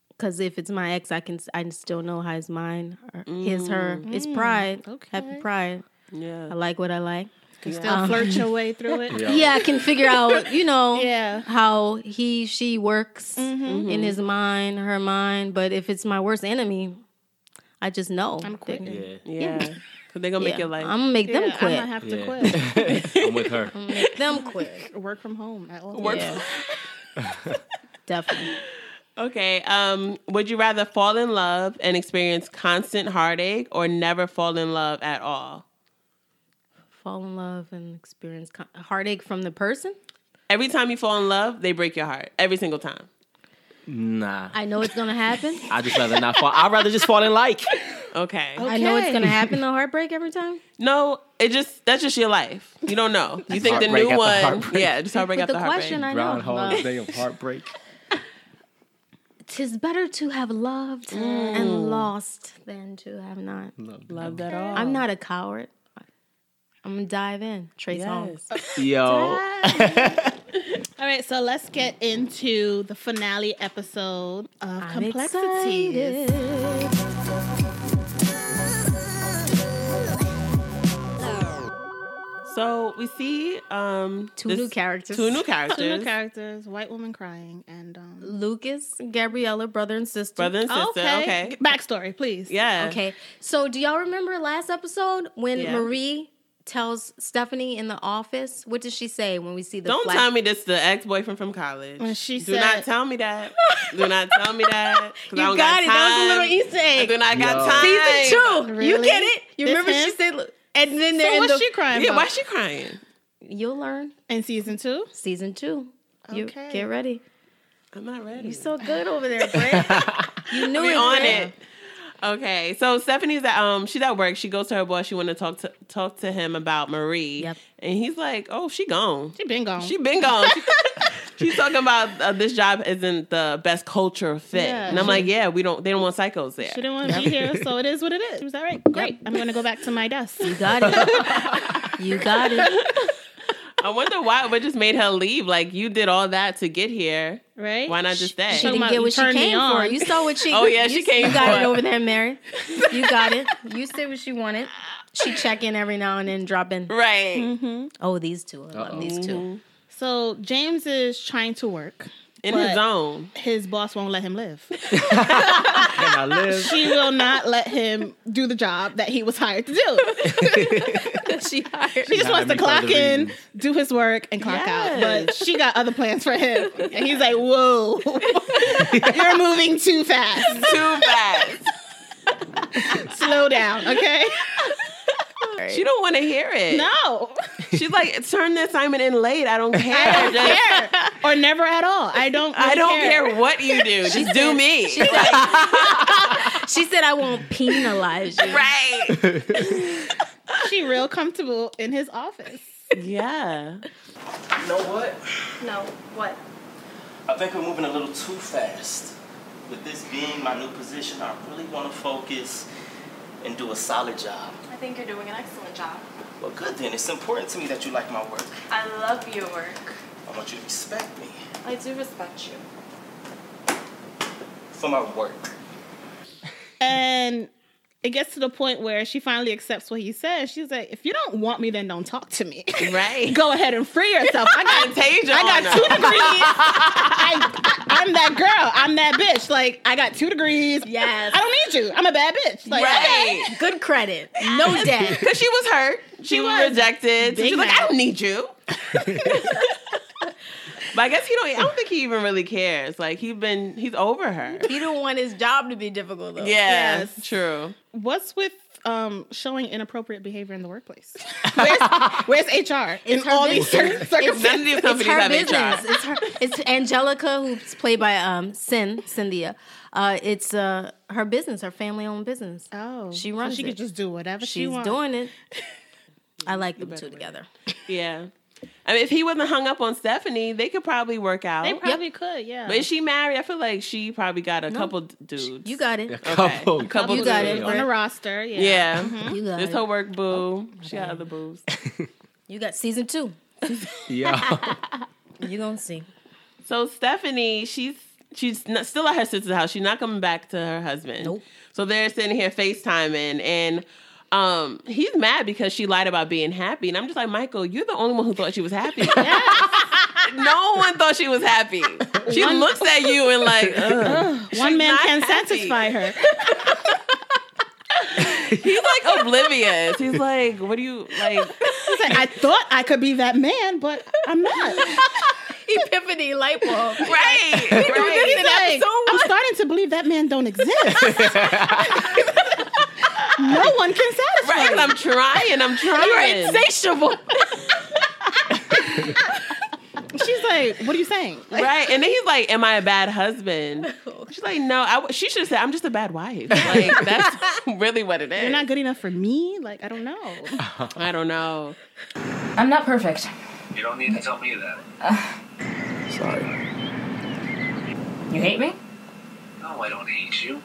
Speaker 4: because if it's my ex, I can s- I can still know how it's mine, or his, her. It's pride. Mm. Okay. Happy pride. I
Speaker 2: Yeah.
Speaker 4: like what I like.
Speaker 3: Still
Speaker 4: Um,
Speaker 3: flirt your way through it.
Speaker 5: Yeah.
Speaker 4: Yeah, I can figure out. You know.
Speaker 3: Yeah.
Speaker 4: How he she works in his mind, her mind. But if it's my worst enemy, I just know. I'm
Speaker 3: quitting.
Speaker 5: Yeah.
Speaker 2: Yeah. Because they're gonna make your life.
Speaker 4: I'm gonna make them
Speaker 3: Yeah,
Speaker 4: quit.
Speaker 3: I'm gonna have to
Speaker 5: Yeah.
Speaker 3: quit.
Speaker 5: I'm with her.
Speaker 4: make them quit.
Speaker 3: Work from home. At all
Speaker 2: Work-
Speaker 4: Yeah. Definitely.
Speaker 2: Okay. Um, would you rather fall in love and experience constant heartache or never fall in love at all?
Speaker 4: Fall in love and experience con- heartache from the person.
Speaker 2: Every time you fall in love, they break your heart. Every single time.
Speaker 5: Nah.
Speaker 4: I know it's gonna happen.
Speaker 5: I just rather not fall. I'd rather just fall in like.
Speaker 2: Okay.
Speaker 4: I know it's
Speaker 3: Okay.
Speaker 4: gonna happen. The heartbreak every time.
Speaker 2: No, it just that's just your life. You don't know. You think the
Speaker 5: heartbreak
Speaker 2: new
Speaker 5: after
Speaker 2: one.
Speaker 5: heartbreak.
Speaker 2: Yeah, just heartbreak
Speaker 4: But
Speaker 2: after
Speaker 4: the
Speaker 2: heartbreak.
Speaker 4: question I know.
Speaker 5: Groundhog
Speaker 4: love.
Speaker 5: Day of heartbreak.
Speaker 4: Tis better to have loved
Speaker 2: Mm.
Speaker 4: and lost than to have not.
Speaker 2: love that all.
Speaker 4: I'm not a coward. I'm gonna dive in. Trace Songz.
Speaker 2: Yes.
Speaker 5: Yo.
Speaker 3: All right, so let's get into the finale episode of
Speaker 4: I'm
Speaker 3: Complexities.
Speaker 4: excited.
Speaker 2: So we see um
Speaker 4: Two
Speaker 2: this-
Speaker 4: new characters.
Speaker 2: Two new characters.
Speaker 3: Two new characters, white woman crying, and um,
Speaker 4: Lucas, Gabriella, brother and sister.
Speaker 2: Brother and sister. Okay.
Speaker 3: G- backstory, please.
Speaker 2: Yeah.
Speaker 4: Okay. So do y'all remember last episode when
Speaker 2: Yeah.
Speaker 4: Marie tells Stephanie in the office? What does she say when we see the
Speaker 2: Don't
Speaker 4: flash?
Speaker 2: tell me this the ex boyfriend from college.
Speaker 3: When she
Speaker 2: Do
Speaker 3: said-
Speaker 2: not tell me that. Do not tell me that. 'cause I
Speaker 4: You
Speaker 2: don't
Speaker 4: got, it. That was a little Easter
Speaker 2: I
Speaker 4: egg.
Speaker 2: do not got
Speaker 5: Yo.
Speaker 2: time.
Speaker 4: Season two. You
Speaker 3: Really?
Speaker 4: get it? You
Speaker 3: This
Speaker 4: remember she
Speaker 3: him?
Speaker 4: said, look, and then they're
Speaker 3: So
Speaker 4: in
Speaker 3: what's
Speaker 4: the-
Speaker 3: she crying
Speaker 2: Yeah,
Speaker 3: about?
Speaker 2: why is she crying?
Speaker 4: You'll learn.
Speaker 3: in season two?
Speaker 4: Season two. You
Speaker 3: Okay.
Speaker 4: get ready.
Speaker 2: I'm not ready.
Speaker 4: You're so good over there, Brett. you knew
Speaker 2: we
Speaker 4: it.
Speaker 2: on
Speaker 4: Brett.
Speaker 2: it. Okay, so Stephanie's at um she's at work. She goes to her boss. She want to talk to talk to him about Marie.
Speaker 4: Yep.
Speaker 2: And he's like, "Oh, she gone.
Speaker 3: She been gone.
Speaker 2: She been gone." she's talking about uh, this job isn't the best culture fit,
Speaker 3: Yeah.
Speaker 2: and I'm like, yeah, we don't. They don't want psychos there.
Speaker 3: She didn't want to be here, so it is what it is. Is that right? Great. I'm going to go back to my desk.
Speaker 1: You got it. You got it.
Speaker 2: I wonder why. What just made her leave? Like you did all that to get here.
Speaker 3: Right?
Speaker 2: Why not just stay?
Speaker 4: She
Speaker 3: Talking
Speaker 4: didn't
Speaker 3: about
Speaker 4: get
Speaker 3: you
Speaker 4: what she
Speaker 3: turned me
Speaker 4: came for.
Speaker 3: on.
Speaker 4: You saw what she.
Speaker 2: Oh, yeah,
Speaker 4: you,
Speaker 2: she came
Speaker 4: You got
Speaker 2: for
Speaker 4: it
Speaker 2: it.
Speaker 4: over there, Mary. You got it. You said what she wanted. She check in every now and then, drop in.
Speaker 2: Right.
Speaker 4: Oh, these two. I love these
Speaker 3: Mm-hmm.
Speaker 4: two.
Speaker 3: So James is trying to work.
Speaker 2: In
Speaker 3: But-
Speaker 2: his zone.
Speaker 3: His boss won't let him live.
Speaker 5: And I live.
Speaker 3: She will not let him do the job that he was hired to do.
Speaker 4: she hired.
Speaker 3: He just
Speaker 5: Not any
Speaker 3: wants to
Speaker 5: part
Speaker 3: clock
Speaker 5: of the
Speaker 3: in,
Speaker 5: reason.
Speaker 3: do his work, and clock out.
Speaker 2: Yes.
Speaker 3: But she got other plans for him. And he's like, whoa, you're moving too fast.
Speaker 2: Too fast.
Speaker 3: Slow down, okay?
Speaker 2: She don't want to hear it.
Speaker 3: No.
Speaker 2: She's like, turn the assignment in late. I don't care. I don't care.
Speaker 3: Care. Or never at all. I don't
Speaker 2: I don't care what you do. Just do me.
Speaker 4: She said, "I won't penalize you."
Speaker 2: right.
Speaker 3: She real comfortable in his office.
Speaker 2: Yeah.
Speaker 6: You know what?
Speaker 4: No. What?
Speaker 6: I think we're moving a little too fast. With this being my new position, I really want to focus and do a solid job.
Speaker 7: I think you're doing an excellent job.
Speaker 6: Well, good then. It's important to me that you like my work.
Speaker 7: I love your work.
Speaker 6: I want you to respect me
Speaker 7: I do respect you.
Speaker 6: for my work.
Speaker 3: And it gets to the point where she finally accepts what he said. She's like, if you don't want me, then don't talk to me.
Speaker 2: Right.
Speaker 3: Go ahead and free yourself. I got,
Speaker 2: Tasia
Speaker 3: I
Speaker 2: on
Speaker 3: got
Speaker 2: her.
Speaker 3: two degrees. I, I, am that girl. I'm that bitch. Like, I got two degrees.
Speaker 4: Yes.
Speaker 3: I don't need you. I'm a bad bitch. Like, okay.
Speaker 2: Right.
Speaker 4: Good credit. No debt.
Speaker 2: Because she was hurt. She, was,
Speaker 3: was.
Speaker 2: rejected. So
Speaker 3: Big
Speaker 2: she's like, I
Speaker 3: mouth.
Speaker 2: don't need you. but I guess he don't I don't think he even really cares. Like he's been he's over her.
Speaker 4: He didn't want his job to be difficult though.
Speaker 2: Yeah.
Speaker 3: Yes.
Speaker 2: True.
Speaker 3: What's with um, showing inappropriate behavior in the workplace? Where's, where's HR
Speaker 4: It's
Speaker 3: in
Speaker 4: her
Speaker 3: all these
Speaker 4: business.
Speaker 3: cir-
Speaker 2: None of
Speaker 3: circumstances?
Speaker 2: these
Speaker 4: It's
Speaker 2: companies
Speaker 4: her
Speaker 2: have
Speaker 4: business.
Speaker 2: HR.
Speaker 4: It's her. It's Angelica, who's played by um Sin Cynthia. Uh, it's uh her business, her family-owned business.
Speaker 3: Oh,
Speaker 4: She runs
Speaker 3: So she
Speaker 4: it.
Speaker 3: could just do whatever she
Speaker 4: She's
Speaker 3: wants.
Speaker 4: doing it. I like them two together.
Speaker 2: Yeah. I mean, if he wasn't hung up on Stephanie, they could probably work out.
Speaker 3: They
Speaker 4: Oh,
Speaker 3: probably could, yeah.
Speaker 2: but is she married? I feel like she probably got a couple d- dudes.
Speaker 4: You got it.
Speaker 5: Couple,
Speaker 2: Okay. Couple
Speaker 4: You got Mm-hmm. it.
Speaker 3: on the roster, yeah.
Speaker 2: Yeah.
Speaker 4: You got
Speaker 2: Just
Speaker 4: it.
Speaker 2: her work
Speaker 4: Oh,
Speaker 2: boo. She got other boobs.
Speaker 4: You got season two.
Speaker 5: Yeah.
Speaker 4: You gonna see?
Speaker 2: So Stephanie, she's she's not, still at her sister's house. She's not coming back to her husband.
Speaker 4: Nope.
Speaker 2: So they're sitting here FaceTiming and um he's mad because she lied about being happy. And I'm just like, Michael, you're the only one who thought she was happy. no one thought she was happy. She looks at you and like, Ugh.
Speaker 3: One man
Speaker 2: not
Speaker 3: can
Speaker 2: happy.
Speaker 3: satisfy her.
Speaker 2: he's like oblivious. He's like, what do you like?
Speaker 3: He's like, I thought I could be that man, but I'm not.
Speaker 4: Epiphany light bulb.
Speaker 2: Right,
Speaker 3: He's
Speaker 2: right.
Speaker 3: like, I'm starting to believe that man don't exist. no one can satisfy.
Speaker 2: Right, 'cause I'm trying, I'm trying.
Speaker 4: Insatiable.
Speaker 3: She's like, what are you saying? Like,
Speaker 2: right? And then he's like, "Am I a bad husband?" She's like, "No." I w she should have said, "I'm just a bad wife." Like that's really what it
Speaker 3: You're
Speaker 2: is.
Speaker 3: not good enough for me. Like I don't know.
Speaker 2: I don't know.
Speaker 8: I'm not perfect.
Speaker 9: You don't need to tell me that.
Speaker 6: Sorry.
Speaker 8: You hate me?
Speaker 9: No, I don't hate you.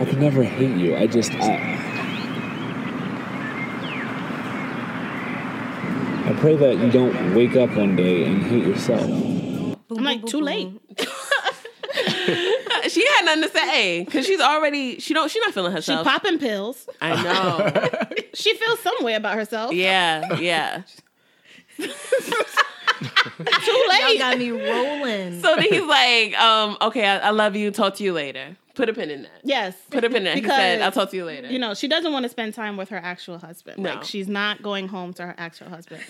Speaker 10: I can never hate you. I just I, I pray that you don't wake up one day and hate yourself.
Speaker 3: I'm like too late.
Speaker 2: She had nothing to say because she's already she don't she's not feeling
Speaker 3: She
Speaker 2: herself.
Speaker 3: popping pills.
Speaker 2: I know.
Speaker 3: She feels some way about herself.
Speaker 2: Yeah, yeah.
Speaker 3: Too
Speaker 4: Y'all
Speaker 3: late.
Speaker 4: got me rolling.
Speaker 2: So then he's like, um, "Okay, I, I love you. Talk to you later. Put a pin in that.
Speaker 3: yes.
Speaker 2: Put a pin in that."
Speaker 3: Because,
Speaker 2: he said, "I'll talk to you later."
Speaker 3: You know, she doesn't want to spend time with her actual husband.
Speaker 2: No.
Speaker 3: Like she's not going home to her actual husband.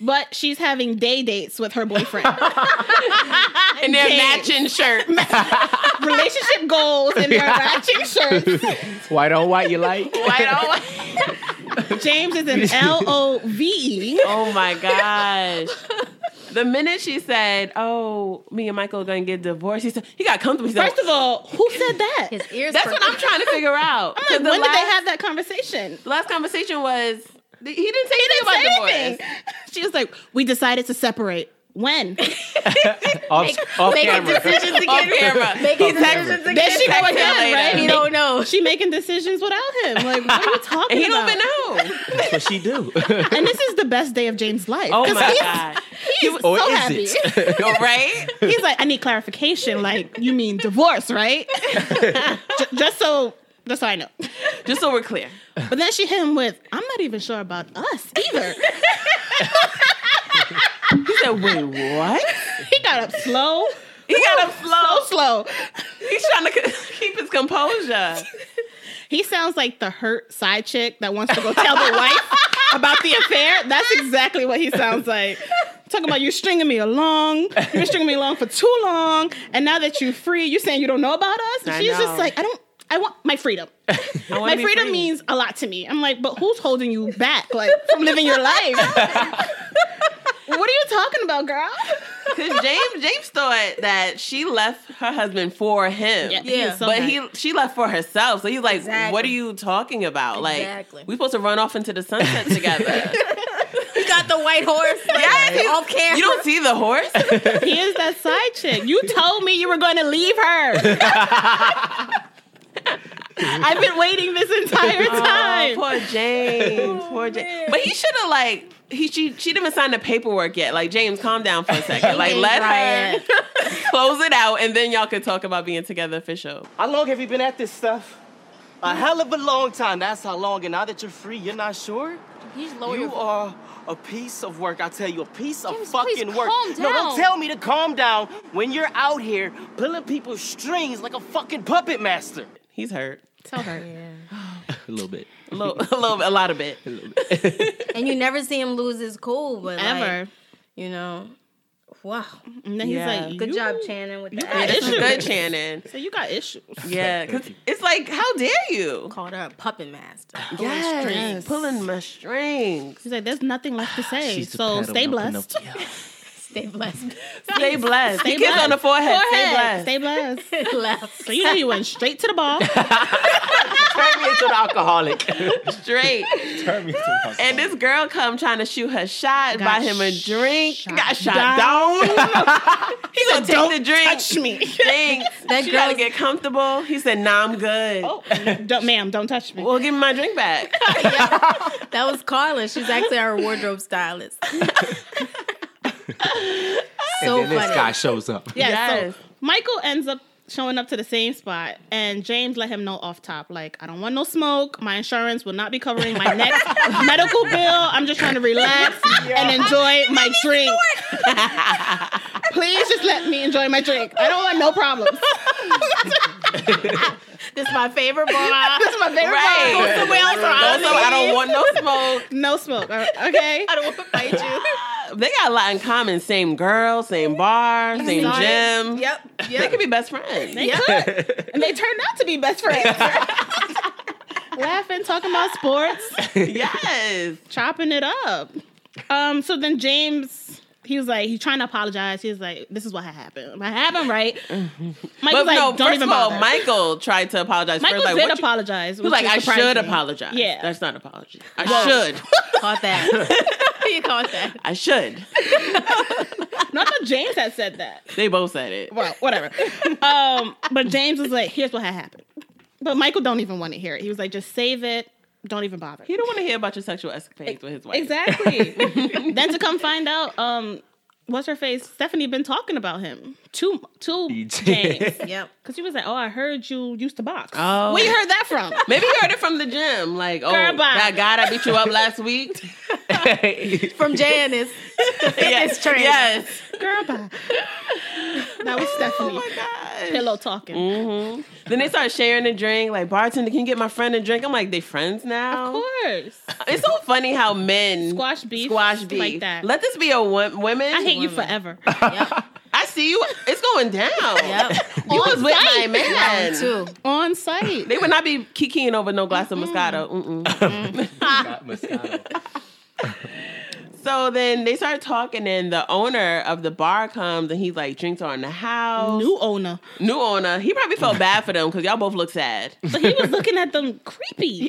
Speaker 3: But she's having day dates with her boyfriend.
Speaker 2: and they're
Speaker 3: Dang.
Speaker 2: matching shirts.
Speaker 3: Relationship goals and their matching shirts.
Speaker 5: White on white, you like?
Speaker 2: White on white.
Speaker 3: James is an L O V E.
Speaker 2: Oh my gosh. The minute she said, "Oh, me and Michael are gonna get divorced," he said he got comfortable. He said,
Speaker 3: First of all, who said that?
Speaker 4: His ears.
Speaker 2: That's what I'm trying to figure out.
Speaker 3: I'm
Speaker 2: 'Cause
Speaker 3: like,
Speaker 2: the
Speaker 3: when
Speaker 2: last,
Speaker 3: did they have that conversation?
Speaker 2: the last conversation was he didn't say
Speaker 3: He
Speaker 2: anything
Speaker 3: didn't say
Speaker 2: about divorce.
Speaker 3: anything. She was like, "We decided to separate." When?
Speaker 5: off, off
Speaker 4: make a
Speaker 5: camera.
Speaker 4: decision to
Speaker 2: Off
Speaker 4: get
Speaker 2: camera.
Speaker 4: Make a decision to
Speaker 3: There
Speaker 4: get
Speaker 3: she go again, right?
Speaker 4: You don't know.
Speaker 3: She making decisions without him. Like, what are you talking
Speaker 2: And he don't
Speaker 3: about?
Speaker 2: even know.
Speaker 5: That's what she do.
Speaker 3: And this is the best day of James' life.
Speaker 2: Oh
Speaker 3: 'Cause
Speaker 2: my
Speaker 3: he's,
Speaker 2: god!
Speaker 3: he's
Speaker 5: or
Speaker 3: so
Speaker 5: is
Speaker 3: happy.
Speaker 5: it?
Speaker 2: Yo, right?
Speaker 3: He's like, I need clarification. Like, you mean divorce, right? J- just so, just so I know.
Speaker 2: Just so we're clear.
Speaker 3: But then she hit him with, I'm not even sure about us either.
Speaker 2: He said, "Wait, what?"
Speaker 3: he got up slow,
Speaker 2: He got a
Speaker 3: so
Speaker 2: flow.
Speaker 3: slow.
Speaker 2: He's trying to c- keep his composure.
Speaker 3: He sounds like the hurt side chick that wants to go tell the wife about the affair. That's exactly what he sounds like. Talking about you stringing me along, you've been stringing me along for too long, and now that you're free, you're saying you don't know about us. And
Speaker 2: I
Speaker 3: she's
Speaker 2: know.
Speaker 3: just like, I don't. I want my freedom.
Speaker 2: I wanna
Speaker 3: My
Speaker 2: be
Speaker 3: freedom
Speaker 2: free.
Speaker 3: means a lot to me. I'm like, but who's holding you back, like from living your life? what are you talking about, girl?
Speaker 2: Because James James thought that she left her husband for him.
Speaker 4: Yeah.
Speaker 3: he's so
Speaker 2: but
Speaker 3: mad.
Speaker 2: he she left for herself. So he's like, What are
Speaker 4: Exactly.
Speaker 2: you talking about? Like
Speaker 4: Exactly.
Speaker 2: we supposed to run off into the sunset together.
Speaker 4: You got the white horse.
Speaker 2: Yes.
Speaker 4: Off camera.
Speaker 2: you don't see the horse?
Speaker 3: He is that side chick. You told me you were going to leave her. I've been waiting this entire
Speaker 2: Oh,
Speaker 3: time.
Speaker 2: poor James. poor James. But he should have like he she she didn't even sign the paperwork yet. Like James, calm down for a second. Like
Speaker 4: ain't
Speaker 2: let
Speaker 4: right.
Speaker 2: her close it out and then y'all could talk about being together official.
Speaker 6: How long have you been at this stuff? A hell of a long time. That's how long. And now that you're free, you're not sure?
Speaker 7: He's lower.
Speaker 6: You are a piece of work. I tell you, a piece of
Speaker 7: James, please
Speaker 6: fucking work.
Speaker 7: calm
Speaker 6: No,
Speaker 7: down.
Speaker 6: don't tell me to calm down when you're out here pulling people's strings like a fucking puppet master.
Speaker 2: He's hurt.
Speaker 3: Tell her.
Speaker 5: A little bit.
Speaker 2: A little, a little, a lot of it.
Speaker 4: And you never see him lose his cool, but like,
Speaker 3: Ever.
Speaker 4: you know, wow.
Speaker 3: And then
Speaker 2: Yeah.
Speaker 3: he's like,
Speaker 4: Good
Speaker 3: you-
Speaker 4: job, Channing, with the
Speaker 3: got
Speaker 4: act.
Speaker 3: issues.
Speaker 2: Good, Shannon.
Speaker 3: So you got issues.
Speaker 2: Yeah, because it's like, how dare you?
Speaker 4: Called her a puppet master.
Speaker 2: Yes, pulling my strings.
Speaker 3: He's like, there's nothing left to say.
Speaker 5: She's the
Speaker 3: so
Speaker 5: paddle
Speaker 3: stay
Speaker 5: whipping
Speaker 3: blessed.
Speaker 5: up- Yeah.
Speaker 4: Stay blessed.
Speaker 2: Stay blessed. Stay
Speaker 3: Stay
Speaker 2: kiss on the forehead. Stay
Speaker 3: Forehead,
Speaker 2: blessed.
Speaker 3: Stay blessed.
Speaker 4: Blessed.
Speaker 3: So you know you went straight to the ball.
Speaker 6: Turn me into an alcoholic.
Speaker 2: Straight. And this girl come trying to shoot her shot, buy him a drink.
Speaker 3: shot
Speaker 2: got shot down.
Speaker 3: down.
Speaker 2: he gonna take the drink.
Speaker 3: Touch me.
Speaker 2: Thanks.
Speaker 4: That
Speaker 2: she gotta
Speaker 4: girl's-
Speaker 2: get comfortable. He said, Nah, I'm good.
Speaker 3: Oh, don't, ma'am, don't touch me.
Speaker 2: Well, give me my drink back.
Speaker 4: That was Carla. She's actually our wardrobe stylist. so
Speaker 5: and then this guy
Speaker 4: funny.
Speaker 5: shows up.
Speaker 3: Yeah,
Speaker 2: Yes.
Speaker 3: so Michael ends up showing up to the same spot, and James let him know off top, like, I don't want no smoke. My insurance will not be covering my next medical bill. I'm just trying to relax and enjoy my drink. Please just let me enjoy my drink. I don't want no problems.
Speaker 4: This is my favorite bar.
Speaker 3: That's my favorite
Speaker 2: Right.
Speaker 3: part.
Speaker 2: Go
Speaker 3: somewhere else around
Speaker 2: also, I don't
Speaker 3: me.
Speaker 2: want no smoke. Uh,
Speaker 3: No smoke. All right, Okay. I don't want to fight you.
Speaker 2: They got a lot in common. Same girl, same bar, same
Speaker 4: Sorry.
Speaker 2: gym.
Speaker 4: Yep.
Speaker 2: They
Speaker 4: Yep.
Speaker 2: could be best friends.
Speaker 4: yep.
Speaker 3: And they turned out to be best friends. Laughing, talking about sports.
Speaker 2: yes.
Speaker 3: chopping it up. Um, so then James, he was like, he's trying to apologize. He was like, this is what happened. I happened, right? Michael's
Speaker 2: Mm-hmm. But
Speaker 3: like,
Speaker 2: no,
Speaker 3: don't
Speaker 2: first
Speaker 3: even
Speaker 2: of all,
Speaker 3: bother.
Speaker 2: Michael tried to apologize.
Speaker 3: Michael
Speaker 2: first, like,
Speaker 3: did
Speaker 2: what you-
Speaker 3: apologize.
Speaker 2: He was like, I should apologize.
Speaker 3: Yeah.
Speaker 2: That's not an apology. I should.
Speaker 4: Caught that. you caught that.
Speaker 2: I should.
Speaker 3: Not that James had said that.
Speaker 2: They both said it.
Speaker 3: Well, whatever. um, but James was like, here's what had happened. But Michael don't even want to hear it. He was like, just save it. Don't even bother.
Speaker 2: He don't want to hear about your sexual escapades with his wife.
Speaker 3: Exactly. then to come find out, um, what's her face? Stephanie been talking about him to to James.
Speaker 4: Yep.
Speaker 3: Because he was like, "Oh, I heard you used to box."
Speaker 2: Oh.
Speaker 3: Where you heard that from?
Speaker 2: Maybe he heard it from the gym. Like, oh,
Speaker 3: Girl, bye.
Speaker 2: that guy that beat you up last week.
Speaker 4: From Janice.
Speaker 2: yes.
Speaker 4: trainer.
Speaker 2: Yes.
Speaker 3: Girl, bye. That was
Speaker 2: Oh
Speaker 3: Stephanie. Pillow talking.
Speaker 2: Mm. Then they start sharing a drink. Like, bartender, can you get my friend a drink? I'm like, they friends now.
Speaker 3: Of course.
Speaker 2: It's so funny how men
Speaker 3: Squash beef.
Speaker 2: squash
Speaker 3: stuff
Speaker 2: beef
Speaker 3: Like that.
Speaker 2: Let this be a wo- women.
Speaker 3: I hate you forever.
Speaker 2: I see you. It's going down.
Speaker 4: Yep.
Speaker 2: You was with my
Speaker 3: site.
Speaker 2: man.
Speaker 4: Too.
Speaker 3: On site.
Speaker 2: They would not be kikiing over no glass of Moscato. Mm-mm. So then they start talking, and the owner of the bar comes, and he's like, "Drinks are in the house."
Speaker 3: New owner.
Speaker 2: New owner. He probably felt bad for them because y'all both look sad.
Speaker 3: But he was looking at them creepy.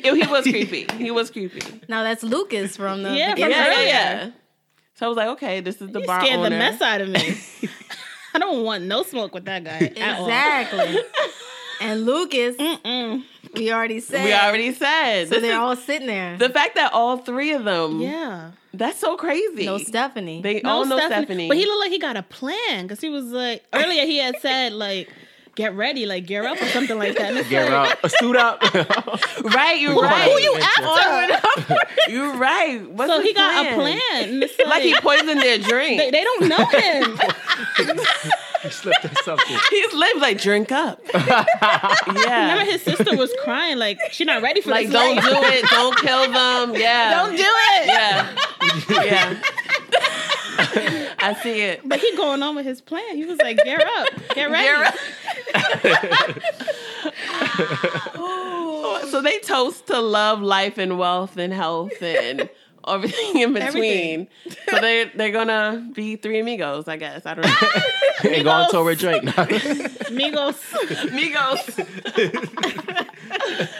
Speaker 2: He, he was creepy. He was creepy.
Speaker 4: Now that's Lucas from the
Speaker 3: Yeah,
Speaker 4: beginning.
Speaker 3: from
Speaker 2: Yeah, yeah,
Speaker 3: earlier.
Speaker 2: yeah. So I was like, okay, this is the
Speaker 3: You
Speaker 2: bar
Speaker 3: scared
Speaker 2: owner.
Speaker 3: the mess out of me. I don't want no smoke with that guy. At
Speaker 4: Exactly. and Lucas,
Speaker 3: all. Mm-mm.
Speaker 4: we already said.
Speaker 2: we already said. this
Speaker 4: So
Speaker 2: is,
Speaker 4: they're all sitting there.
Speaker 2: the fact that all three of them,
Speaker 3: Yeah.
Speaker 2: that's so crazy.
Speaker 4: no Stephanie.
Speaker 2: They all know Stephanie.
Speaker 3: But he looked like he got a plan because he was like earlier he had said like get ready, like gear up or something like that. And it's
Speaker 5: Get
Speaker 3: like,
Speaker 5: up, suit up.
Speaker 2: right, you're right.
Speaker 3: Who you after?
Speaker 2: You're right. What's
Speaker 3: So
Speaker 2: his
Speaker 3: he got a
Speaker 2: plan?
Speaker 3: plan. And it's like,
Speaker 2: Like he poisoned their drink.
Speaker 3: they, they don't know him.
Speaker 5: He slipped us something.
Speaker 2: He's lived like drink up. yeah.
Speaker 3: Remember his sister was crying like she not ready for
Speaker 2: Like
Speaker 3: this.
Speaker 2: don't
Speaker 3: life.
Speaker 2: do it. Don't kill them. Yeah.
Speaker 3: Don't do it.
Speaker 2: Yeah. Yeah. I see it.
Speaker 3: But he going on with his plan. He was like, gear up, get ready.
Speaker 2: You're right. so they toast to love, life, and wealth, and health, and everything in between. So they they're gonna be three amigos, I guess. I don't know.
Speaker 5: and go on to a drink.
Speaker 3: Migos.
Speaker 2: amigos.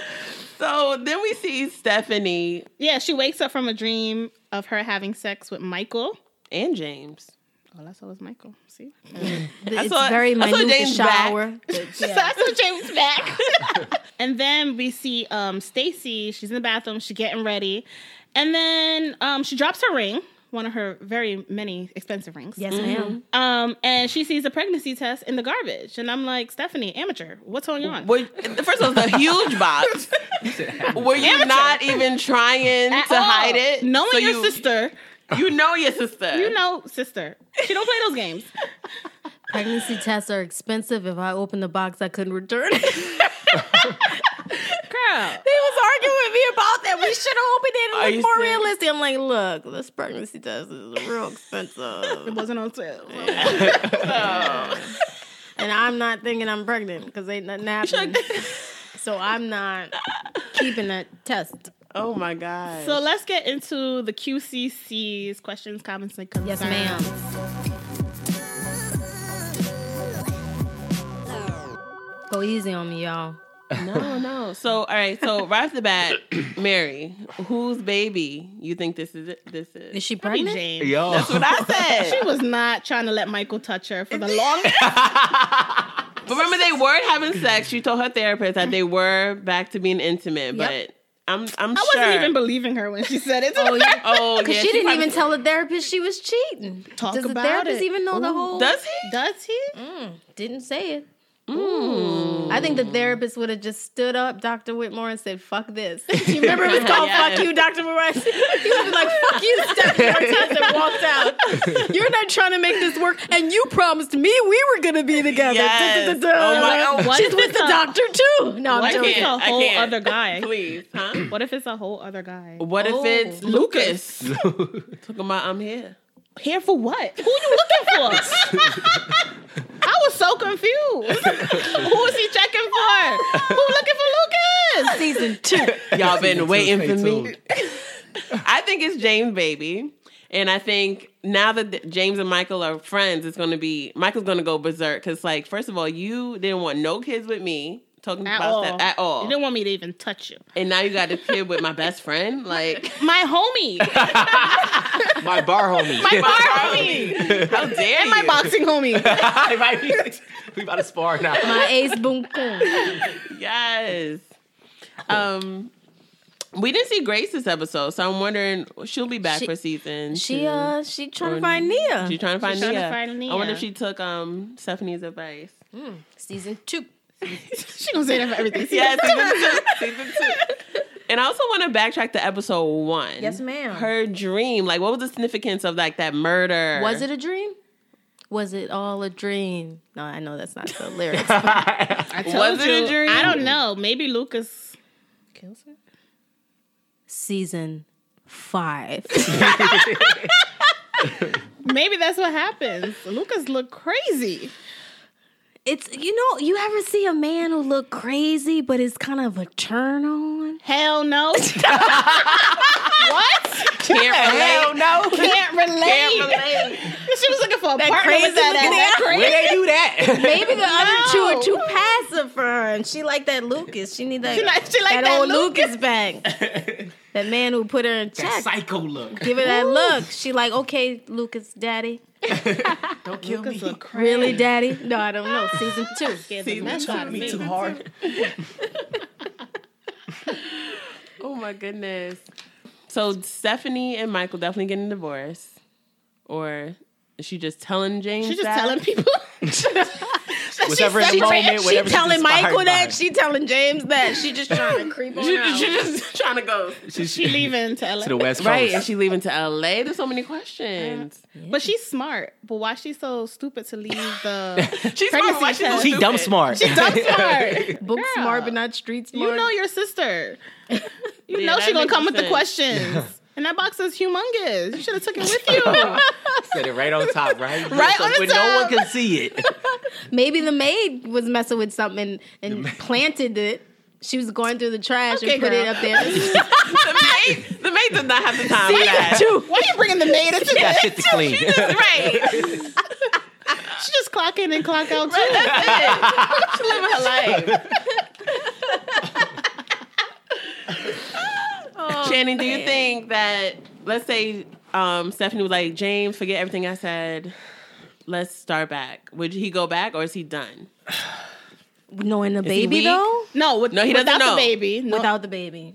Speaker 2: so then we see Stephanie
Speaker 3: Yeah, she wakes up from a dream of her having sex with Michael.
Speaker 2: and James.
Speaker 3: All I saw was Michael. See?
Speaker 4: It's
Speaker 2: saw-
Speaker 4: very
Speaker 2: I saw
Speaker 4: minute the
Speaker 2: James back.
Speaker 4: shower.
Speaker 3: That's what James back. and then we see um Stacy, she's in the bathroom, she's getting ready. And then um she drops her ring, one of her very many expensive rings.
Speaker 4: Yes, ma'am.
Speaker 3: Um, and she sees a pregnancy test in the garbage. And I'm like, Stephanie, amateur, what's going on?
Speaker 2: Were, first of all, it's a huge box. Were you not even trying
Speaker 3: At
Speaker 2: to
Speaker 3: all.
Speaker 2: hide it?
Speaker 3: Knowing
Speaker 2: So
Speaker 3: your
Speaker 2: you,
Speaker 3: sister,
Speaker 2: You know your sister.
Speaker 3: you know, sister. She don't play those games.
Speaker 4: Pregnancy tests are expensive. If I opened the box, I couldn't return it.
Speaker 3: Girl.
Speaker 4: He was arguing with me about that. We should have opened it
Speaker 2: Are
Speaker 4: and
Speaker 2: you
Speaker 4: looked more
Speaker 2: serious?
Speaker 4: realistic. I'm like, look, this pregnancy test is real expensive.
Speaker 3: It wasn't on sale.
Speaker 4: and I'm not thinking I'm pregnant because ain't nothing happening. so I'm not keeping that test.
Speaker 2: Oh my god.
Speaker 3: So let's get into the QCC's questions, comments, and
Speaker 4: Yes,
Speaker 3: concerns.
Speaker 4: ma'am. Go easy on me, y'all.
Speaker 3: Oh,
Speaker 2: no, no. So all right. So right off the bat, Mary, whose baby you think this is? It? This
Speaker 4: Is
Speaker 2: is.
Speaker 4: she
Speaker 3: Be
Speaker 4: pregnant?
Speaker 3: James.
Speaker 5: Yo.
Speaker 2: That's what I
Speaker 3: She
Speaker 2: said.
Speaker 3: was not trying to let Michael touch her for the longest.
Speaker 2: But remember, they were having sex. She told her therapist that they were back to being intimate. But I'm, I'm
Speaker 3: I
Speaker 2: sure.
Speaker 3: wasn't even believing her when she said it. To oh, the
Speaker 4: yeah.
Speaker 2: oh,
Speaker 4: Because
Speaker 2: yeah.
Speaker 4: she, didn't
Speaker 2: probably-
Speaker 4: even tell the therapist she was cheating.
Speaker 3: Talk
Speaker 4: Does
Speaker 3: about
Speaker 4: the therapist
Speaker 3: it.
Speaker 4: even know the
Speaker 3: Ooh.
Speaker 4: whole?
Speaker 2: Does he?
Speaker 3: Does he?
Speaker 4: Didn't say it. I think the therapist would have just stood up, Dr. Whitmore, and said, fuck this. Do you remember it was called
Speaker 2: Yeah.
Speaker 4: Fuck You, Dr. Morris? He would be like, fuck you, Stephanie Ortiz, and walked out. You're not trying to make this work, and you promised me we were going to be together.
Speaker 2: Yes.
Speaker 4: Da, da, da, da.
Speaker 2: Oh my- oh, what
Speaker 4: She's with the doctor, too. No,
Speaker 2: I
Speaker 4: I'm joking.
Speaker 3: It's a
Speaker 2: can't. I
Speaker 3: whole
Speaker 2: can't.
Speaker 3: other guy.
Speaker 2: Please, huh?
Speaker 3: What if it's a whole other guy?
Speaker 2: What
Speaker 4: Oh.
Speaker 2: if it's Lucas? Took him out. I'm here.
Speaker 3: Here for what? Who you looking for? I was so confused. Who is he checking for? Who looking for Lucas?
Speaker 4: Season two.
Speaker 2: Y'all been waiting for me.
Speaker 5: tuned.
Speaker 2: I think it's James Baby. And I think now that th- James and Michael are friends, it's going to be Michael's going to go berserk because, like, first of all, you didn't want no kids with me talking
Speaker 3: At
Speaker 2: about
Speaker 3: all.
Speaker 2: that at all,
Speaker 3: You didn't want me to even touch you.
Speaker 2: and now you got a kid with my best friend. Like,
Speaker 3: My homie.
Speaker 5: my bar homie.
Speaker 3: My bar homie.
Speaker 2: how dare
Speaker 3: My
Speaker 2: you?
Speaker 3: boxing homie.
Speaker 5: we about to spar now.
Speaker 4: My ace boom boom.
Speaker 2: Yes. Um, we didn't see Grace this episode, so I'm wondering she'll be back
Speaker 4: She-
Speaker 2: for season.
Speaker 4: She,
Speaker 2: two.
Speaker 4: uh, she trying
Speaker 2: Or-
Speaker 4: to find Nia.
Speaker 2: She's trying to find
Speaker 3: She's trying to
Speaker 2: Nia.
Speaker 3: find
Speaker 2: I wonder
Speaker 3: Nia.
Speaker 2: if she took um Stephanie's advice.
Speaker 4: Season two.
Speaker 3: she gonna say that for everything.
Speaker 2: Yeah, season two. Season two. And I also want to backtrack to episode one.
Speaker 4: Yes, ma'am.
Speaker 2: Her dream, like, what was the significance of like that murder?
Speaker 4: Was it a dream? Was it all a dream? No, I know that's not the lyrics.
Speaker 3: I
Speaker 2: Was it a dream?
Speaker 3: I don't know. Maybe Lucas kills her.
Speaker 4: Season five.
Speaker 3: Maybe that's what happens. Lucas looked crazy.
Speaker 4: It's you know, you ever see a man who look crazy but it's kind of a turn on?
Speaker 3: Hell no. what?
Speaker 2: Can't relate.
Speaker 3: no. Can't relate.
Speaker 2: Can't relate.
Speaker 3: she was looking for for a partner with that
Speaker 4: looking
Speaker 3: ass.
Speaker 4: ass.
Speaker 5: Where they do that?
Speaker 4: Maybe the
Speaker 3: No.
Speaker 4: other two are too passive for her, and she like that Lucas. She need that
Speaker 3: She like- she like that
Speaker 4: old
Speaker 3: Lucas.
Speaker 4: Lucas, bang. that man who put her in check.
Speaker 5: Psycho look.
Speaker 4: Give her that look. She like, okay, Lucas, daddy,
Speaker 5: Don't kill
Speaker 3: Lucas
Speaker 5: me.
Speaker 3: a crack.
Speaker 4: really, daddy? No, I don't know. Season two.
Speaker 3: See, that's
Speaker 5: Took
Speaker 3: what
Speaker 5: me
Speaker 3: me
Speaker 5: too hard.
Speaker 2: Oh my goodness. So Stephanie and Michael definitely getting divorced, or is she just telling James?
Speaker 3: She's just
Speaker 2: that?
Speaker 3: telling people.
Speaker 5: Whatever in the moment,
Speaker 4: she
Speaker 5: whatever she's
Speaker 4: telling
Speaker 5: inspired
Speaker 4: Michael
Speaker 5: by.
Speaker 4: that. She telling James that. She just trying to creep on
Speaker 2: She,
Speaker 4: out.
Speaker 2: she just trying to go
Speaker 3: she leaving to LA.
Speaker 5: to the West Coast.
Speaker 2: right, and she leaving to L.A. There's so many questions.
Speaker 3: But she's smart. But why she so stupid to leave the
Speaker 2: She's smart,
Speaker 3: pregnancy
Speaker 2: why she so
Speaker 3: test?
Speaker 5: She dumb smart.
Speaker 3: She's dumb smart.
Speaker 4: Book
Speaker 3: Girl.
Speaker 4: smart, but not street smart.
Speaker 3: You know your sister. You
Speaker 2: Yeah,
Speaker 3: know
Speaker 2: that
Speaker 3: she gonna
Speaker 2: makes
Speaker 3: come with the
Speaker 2: sense.
Speaker 3: questions. And that box is humongous. You should have took it with
Speaker 2: Oh.
Speaker 3: you.
Speaker 5: Set it right on top, right?
Speaker 3: Right
Speaker 5: So
Speaker 3: on the
Speaker 5: when no one
Speaker 3: top.
Speaker 5: can see it.
Speaker 4: Maybe the maid was messing with something and planted it. She was going through the trash
Speaker 3: Okay,
Speaker 4: and put it
Speaker 3: girl.
Speaker 4: up there.
Speaker 2: the maid, the maid does not have the time for that.
Speaker 3: Why you bringing the maid into
Speaker 5: Got
Speaker 3: this?
Speaker 5: shit to clean.
Speaker 2: Right,
Speaker 3: She just clock in and clock out too.
Speaker 2: she living her life. Shannon, do you think that let's say um, Stephanie was like James, forget everything I said, let's start back. Would he go back or is he done?
Speaker 4: Knowing the
Speaker 2: he
Speaker 4: baby
Speaker 2: weak?
Speaker 4: though,
Speaker 3: No, with,
Speaker 2: No, he doesn't
Speaker 3: without
Speaker 2: know.
Speaker 3: the baby. No,
Speaker 4: without the baby.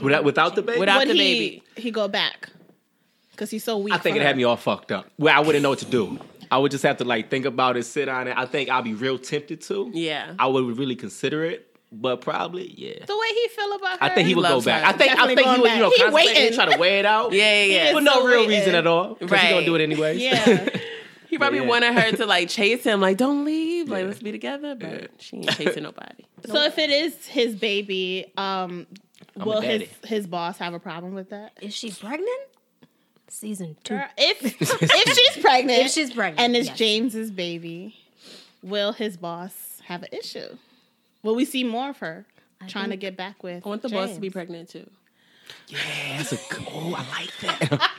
Speaker 5: Without, without the baby?
Speaker 2: Without
Speaker 3: would
Speaker 2: the
Speaker 3: he,
Speaker 2: baby.
Speaker 3: He go back because he's so weak.
Speaker 5: I think
Speaker 3: for
Speaker 5: it
Speaker 3: her.
Speaker 5: had me all fucked up. Well, I wouldn't know what to do. I would just have to like think about it, sit on it. I think I'd be real tempted to.
Speaker 2: Yeah.
Speaker 5: I would really consider it, but probably, yeah.
Speaker 3: the way he feel about her.
Speaker 5: I think he would go
Speaker 2: loves
Speaker 5: back.
Speaker 2: her.
Speaker 5: I think I
Speaker 3: Definitely
Speaker 5: think he
Speaker 3: going
Speaker 5: would, you know,
Speaker 3: back. He
Speaker 5: contemplate it,
Speaker 3: waiting.
Speaker 5: try to weigh it out.
Speaker 2: Yeah, yeah, yeah.
Speaker 5: For no
Speaker 3: so
Speaker 5: real
Speaker 3: waiting.
Speaker 5: reason at all. Because right.
Speaker 2: Right.
Speaker 5: he's gonna do it anyway.
Speaker 3: Yeah,
Speaker 2: He probably
Speaker 5: Yeah.
Speaker 2: wanted her to like chase him, like, don't leave, like,
Speaker 5: Yeah.
Speaker 2: let's be together. But she ain't chasing nobody.
Speaker 3: So if it is his baby, um,
Speaker 5: I'm
Speaker 3: will
Speaker 5: a daddy.
Speaker 3: his his boss have a problem with that?
Speaker 4: Is she pregnant? Season two.
Speaker 3: Girl, If if she's pregnant,
Speaker 4: If she's pregnant,
Speaker 3: and it's
Speaker 4: yes.
Speaker 3: James's baby, will his boss have an issue? Will we see more of her trying to get back with?
Speaker 2: I want the
Speaker 3: James?
Speaker 2: boss to be pregnant too.
Speaker 5: Yeah, that's a oh, I like that.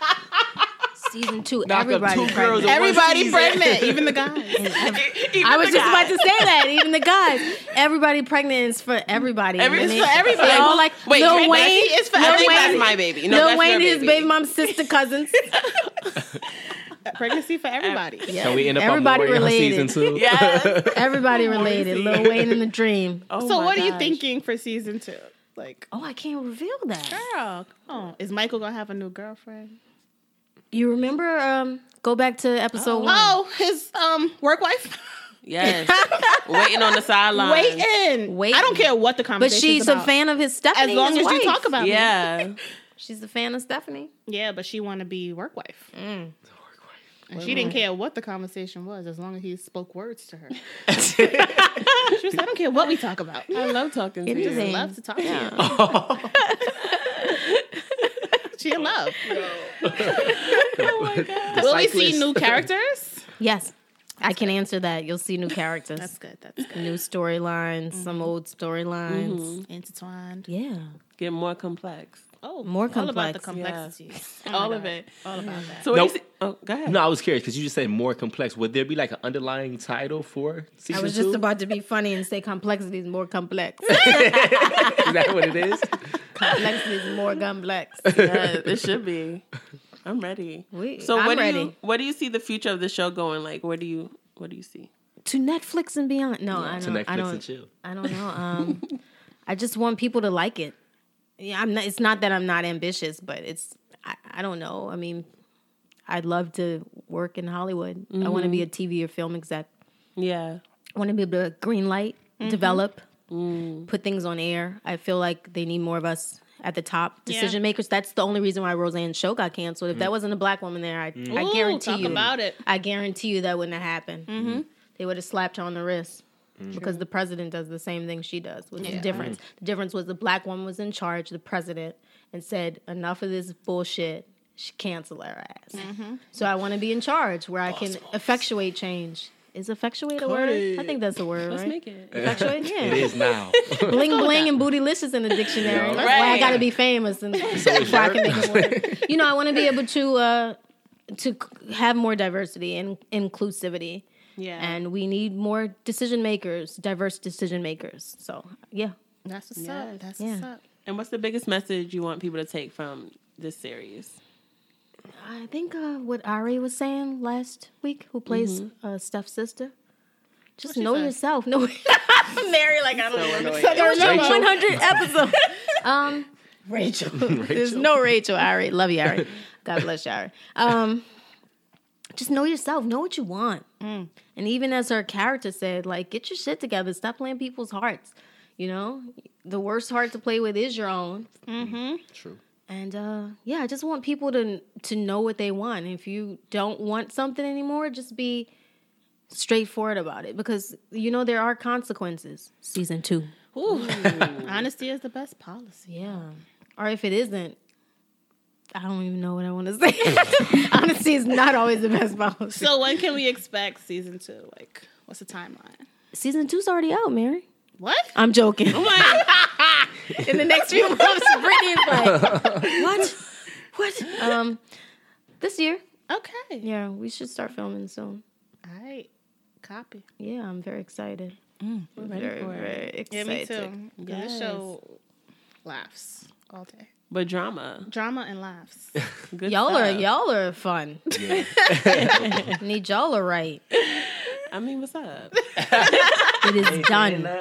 Speaker 4: Season two.
Speaker 5: up
Speaker 4: everybody
Speaker 5: two
Speaker 4: pregnant.
Speaker 5: girls in one
Speaker 3: Everybody
Speaker 5: season.
Speaker 3: pregnant, even the guys.
Speaker 4: I was just about to say that. Even the guys, everybody pregnant is for everybody.
Speaker 2: Every-
Speaker 4: I
Speaker 2: it's
Speaker 4: mean,
Speaker 2: for everybody.
Speaker 4: they all like
Speaker 2: Wait,
Speaker 4: Lil
Speaker 2: Drake,
Speaker 4: Wayne.
Speaker 2: that's- it's for- I
Speaker 4: Lil
Speaker 2: think that's
Speaker 4: Wayne-
Speaker 2: my baby. No,
Speaker 4: Lil
Speaker 2: that's your
Speaker 4: Wayne and his
Speaker 2: baby.
Speaker 4: baby mom's sister cousins.
Speaker 3: Pregnancy for everybody.
Speaker 5: Can we end up
Speaker 4: Everybody
Speaker 5: on Lori on season
Speaker 4: related.
Speaker 5: two?
Speaker 2: Yes.
Speaker 4: Everybody related. Lil Wayne and the Dream.
Speaker 2: Oh
Speaker 3: so
Speaker 2: my
Speaker 3: what are you
Speaker 2: gosh.
Speaker 3: thinking for season two? Like,
Speaker 4: Oh, I can't reveal that.
Speaker 3: girl, oh, is Michael gonna have a new girlfriend?
Speaker 4: You remember? Um, go back to episode one.
Speaker 3: Oh, his um work wife.
Speaker 2: Yes. Waiting on the sideline.
Speaker 3: Waiting.
Speaker 4: Waiting.
Speaker 3: I don't care what the
Speaker 4: but
Speaker 3: conversation.
Speaker 4: she's a fan of his
Speaker 3: As
Speaker 4: Stephanie.
Speaker 3: long as
Speaker 4: his
Speaker 3: you
Speaker 4: wife.
Speaker 3: talk about yeah.
Speaker 2: Yeah.
Speaker 4: she's a fan of Stephanie.
Speaker 3: Yeah, but she want to be work wife. And she didn't care what the conversation was, as long as he spoke words to her. she was, I don't care what we talk about. I
Speaker 2: I love talking to
Speaker 3: just
Speaker 2: you.
Speaker 4: Interesting.
Speaker 3: love to talk to you. She in love.
Speaker 4: Oh
Speaker 3: Will we see new characters?
Speaker 4: Yes, I can answer that. You'll see new characters,
Speaker 3: That's good. That's good. Mm-hmm.
Speaker 4: new storylines, some old storylines.
Speaker 3: Intertwined.
Speaker 4: Yeah,
Speaker 2: Get more complex.
Speaker 3: Oh,
Speaker 4: More
Speaker 3: all about the
Speaker 4: complex. Oh
Speaker 2: Yeah.
Speaker 3: complexities.
Speaker 2: All of it.
Speaker 3: All about that.
Speaker 2: So what do you
Speaker 5: Nope.
Speaker 2: see- oh, go ahead.
Speaker 5: No, I was curious because you just said more complex. Would there be like an underlying title for season
Speaker 4: I was
Speaker 5: two?
Speaker 4: just about to be funny and say complexity is more complex.
Speaker 5: is that what it is?
Speaker 4: complexity is more complex.
Speaker 2: Yes, Uh, it should be. I'm ready.
Speaker 4: We-
Speaker 2: so
Speaker 4: I'm
Speaker 2: what do you
Speaker 4: ready.
Speaker 2: what do you see the future of the show going like? What do you what do you see?
Speaker 4: to Netflix and beyond. No, I
Speaker 5: To
Speaker 4: don't.
Speaker 5: Netflix
Speaker 4: I don't.
Speaker 5: and chill.
Speaker 4: I don't know. Um, I just want people to like it. Yeah, I'm not. It's not that I'm not ambitious, but it's. I, I don't know. I mean, I'd love to work in Hollywood. I want to
Speaker 3: Mm-hmm.
Speaker 4: be a TV or film exec.
Speaker 2: Yeah.
Speaker 4: I want to be able to green light,
Speaker 3: Mm-hmm.
Speaker 4: develop,
Speaker 3: Mm.
Speaker 4: put things on air. I feel like they need more of us at the top decision makers. That's the only reason why Roseanne's show got canceled. If that wasn't a black woman there, I, I
Speaker 3: Mm. Ooh,
Speaker 4: guarantee
Speaker 3: talk
Speaker 4: you.
Speaker 3: about it.
Speaker 4: I guarantee you that wouldn't have happened.
Speaker 2: Mm-hmm.
Speaker 4: Mm-hmm. They would have slapped her on the wrist because the president does the same thing she does. What's the difference? The difference was the black woman was in charge, the president, and said, "Enough of this bullshit." She cancel her ass.
Speaker 2: Mm-hmm.
Speaker 4: So I want to be in charge where I can effectuate change. Is effectuate a word? I think that's a word, right?
Speaker 2: Make it.
Speaker 4: Effectuate,
Speaker 5: It
Speaker 4: yeah.
Speaker 5: is now.
Speaker 4: bling bling and bootylicious in the dictionary. That's why I
Speaker 2: Right.
Speaker 4: gotta be famous and before I can make a word. You know, I want to be able to uh, to c- have more diversity and inclusivity.
Speaker 3: Yeah.
Speaker 4: And we need more decision makers, diverse decision makers. So, yeah.
Speaker 3: That's what's up. That's what's
Speaker 4: Yeah.
Speaker 3: up.
Speaker 2: And what's the biggest message you want people to take from this series?
Speaker 4: I think uh, what Ari was saying last week, who plays uh, Steph's sister. Just know yourself. No, Mary, like I don't know. It was your 100 episode. um, Rachel. There's no Rachel. Ari, love you, Ari. God bless you, Ari. Um, just know yourself. Know what you want. And even as her character said, like, get your shit together. Stop playing people's hearts. You know, the worst heart to play with is your own.
Speaker 5: True.
Speaker 4: And uh, yeah, I just want people to to know what they want. If you don't want something anymore, just be straightforward about it because you know there are consequences. Season two.
Speaker 3: Honesty is the best policy.
Speaker 4: Yeah. Or if it isn't, I don't even know what I want to say. Honesty is not always the best policy.
Speaker 3: So when can we expect season two? Like, what's the timeline?
Speaker 4: Season two's already out, Mary.
Speaker 3: What?
Speaker 4: I'm joking. In the next few months, Brittany is like, what? What? Um, this year.
Speaker 3: Okay.
Speaker 4: Yeah, we should start filming soon.
Speaker 3: All right. Copy.
Speaker 4: Yeah, I'm very excited. We're very, very
Speaker 3: Yeah,
Speaker 4: excited.
Speaker 3: me too. 'Cause This show laughs all day.
Speaker 2: But drama.
Speaker 3: Drama and laughs.
Speaker 2: Good
Speaker 4: Y'all are
Speaker 2: stuff.
Speaker 4: y'all are fun. Need y'all are right.
Speaker 2: I mean, what's up?
Speaker 4: It is done.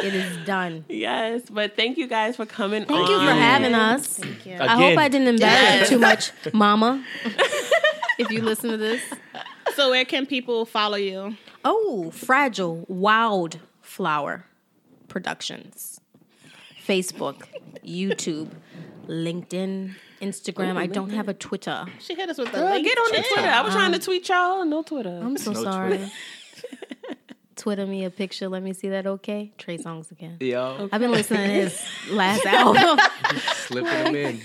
Speaker 4: it is done.
Speaker 2: yes, but thank you guys for coming on.
Speaker 4: Thank you for having us. I hope I didn't embarrass you too much, Mama. if you listen to this,
Speaker 3: so where can people follow you?
Speaker 4: oh, fragile wildflower productions, Facebook, YouTube, LinkedIn, Instagram. I don't have a Twitter.
Speaker 3: She hit us with the
Speaker 2: Girl,
Speaker 3: link.
Speaker 2: get on the Twitter. I was trying to tweet y'all. No Twitter.
Speaker 4: Um, I'm so
Speaker 5: No
Speaker 4: sorry.
Speaker 5: Twitter.
Speaker 4: Twitter. me a picture. Let me see that. Okay, Trey songs again.
Speaker 5: Yo,
Speaker 4: I've been listening to his last album.
Speaker 5: slipping them in.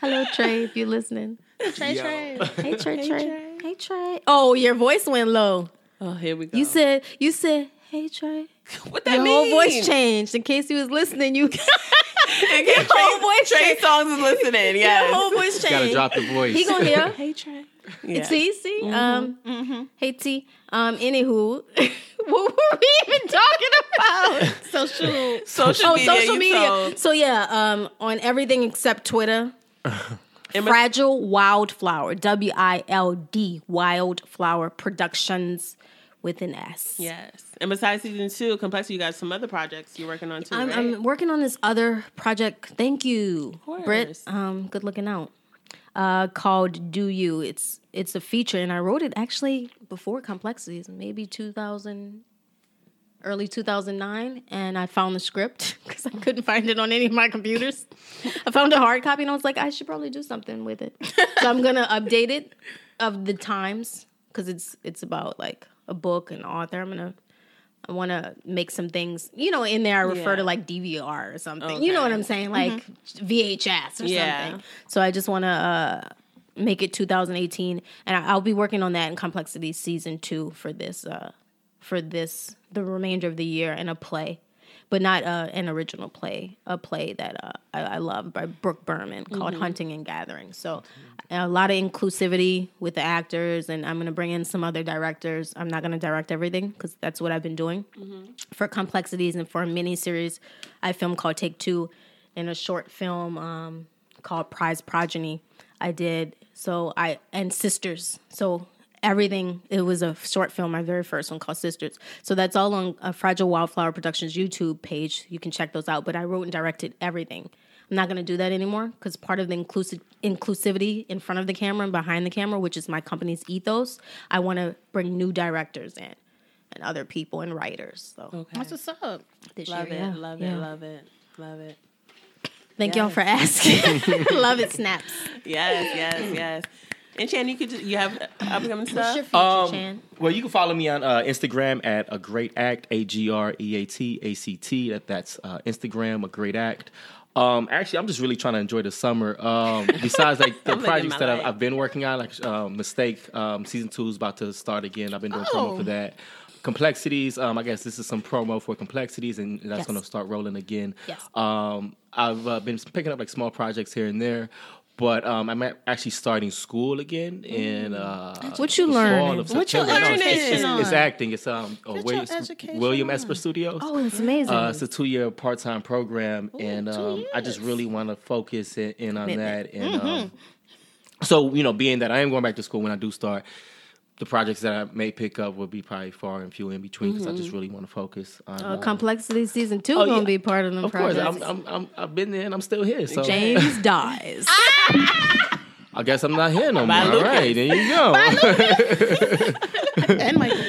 Speaker 4: Hello, Trey, if you're listening.
Speaker 3: Trey Trey.
Speaker 4: Hey, Trey, Trey. Hey, Trey. Oh, your voice went low.
Speaker 2: Oh, here we go.
Speaker 4: You said, you said, hey, Trey.
Speaker 2: what that
Speaker 4: Your
Speaker 2: mean?
Speaker 4: whole voice changed. In case he was listening, you. your whole voice
Speaker 2: Trey
Speaker 4: changed.
Speaker 2: Songs is listening. Yes.
Speaker 4: Your whole voice changed.
Speaker 5: Gotta drop the voice.
Speaker 4: He gonna hear.
Speaker 2: Hey Trey. Mm-hmm.
Speaker 4: It's easy. Um, Hey T. Um, anywho, what were we even talking about?
Speaker 3: Social
Speaker 2: Social
Speaker 4: oh,
Speaker 2: media.
Speaker 4: social
Speaker 2: you
Speaker 4: media.
Speaker 2: told
Speaker 4: So yeah, um, on everything except Twitter.
Speaker 2: Emma-
Speaker 4: Fragile Wildflower, W I L D, Wildflower Productions with an S.
Speaker 2: Yes. And besides season two, Complexity, you got some other projects you're working on too.
Speaker 4: I'm,
Speaker 2: right?
Speaker 4: I'm working on this other project. Thank you,
Speaker 2: course.
Speaker 4: Britt. Um, good looking out. Uh, called Do You. It's it's a feature, and I wrote it actually before Complexities, maybe 2000, early 2009. And I found the script because I couldn't find it on any of my computers. I found a hard copy, and I was like, I should probably do something with it. so I'm gonna update it of the times because it's it's about like a book and author. I'm gonna I want to make some things, you know, in there. I refer
Speaker 2: Yeah.
Speaker 4: to
Speaker 2: Mm-hmm.
Speaker 4: like DVR or something. You know what I'm saying, like VHS or
Speaker 2: Yeah.
Speaker 4: something. So I just want to uh, make it 2018, and I- I'll be working on that in Complexity season two for this, uh, for this the remainder of the year and a play, but not uh, an original play, a play that uh, I, I love by Brooke Berman called Hunting and Gathering. So a lot of inclusivity with the actors, and I'm gonna bring in some other directors. I'm not gonna direct everything because that's what I've been doing for complexities and for a mini series I filmed called Take Two and a short film um, called Prize Progeny I did. So I and Sisters. So everything it was a short film, my very first one called Sisters. So that's all on uh, Fragile Wildflower Productions YouTube page. You can check those out. But I wrote and directed everything. I'm not going to do that anymore because part of the inclusive inclusivity in front of the camera and behind the camera, which is my company's ethos, I want to bring new directors in and other people and writers. So
Speaker 3: That's what's up.
Speaker 4: this
Speaker 2: Love
Speaker 4: year,
Speaker 2: it,
Speaker 4: yeah,
Speaker 2: love
Speaker 4: yeah.
Speaker 2: it, love it, love it.
Speaker 4: Thank y'all for asking. love it, snaps.
Speaker 2: Yes, yes, yes. And Chan, you could just, you have upcoming
Speaker 4: What's
Speaker 2: stuff.
Speaker 4: your future,
Speaker 5: Um,
Speaker 4: Chan?
Speaker 5: Well, you can follow me on uh, Instagram at a great act, A G R E A T A C T. That that's uh, Instagram, a great act. Um, actually, I'm just really trying to enjoy the summer. Um, besides, like the
Speaker 2: living
Speaker 5: projects
Speaker 2: my
Speaker 5: that I've,
Speaker 2: life.
Speaker 5: I've been working on, like um, Mistake, um, season two is about to start again. I've been doing promo for
Speaker 4: Oh.
Speaker 5: that. Complexities, um, I guess this is some promo for Complexities, and that's
Speaker 4: Yes.
Speaker 5: going to start rolling again.
Speaker 4: Yes.
Speaker 5: uh, Um, I've uh, been picking up like small projects here and there, But um, I'm a- actually starting school again in uh,
Speaker 1: Mm. What you
Speaker 5: the fall
Speaker 1: learning?
Speaker 5: of
Speaker 1: What you
Speaker 5: September. No, it's- it's-
Speaker 2: learning?
Speaker 5: It's, it's acting. It's um uh,
Speaker 3: Get your
Speaker 5: William,
Speaker 3: education
Speaker 5: William
Speaker 3: on.
Speaker 5: Esper Studios.
Speaker 1: Oh, it's amazing.
Speaker 5: Uh, it's a two-year part-time program, and um, I just really want to focus in, in on
Speaker 1: Commitment. Mm-hmm.
Speaker 5: that. And um, so, you know, being that I am going back to school when I do start, the projects that I may pick up will be probably far and few in between because I just
Speaker 1: Mm-hmm.
Speaker 5: really want to focus on.
Speaker 4: Uh,
Speaker 5: um,
Speaker 4: Complexity season two
Speaker 5: Oh,
Speaker 4: gonna
Speaker 5: yeah.
Speaker 4: be part of them
Speaker 5: of course,
Speaker 4: projects.
Speaker 5: I'm, I'm, I'm, I've been there and I'm still here. So
Speaker 1: James dies.
Speaker 5: I guess I'm not here no more.
Speaker 2: Bye,
Speaker 5: All
Speaker 2: Lucas.
Speaker 5: right, there you go.
Speaker 3: And Michael.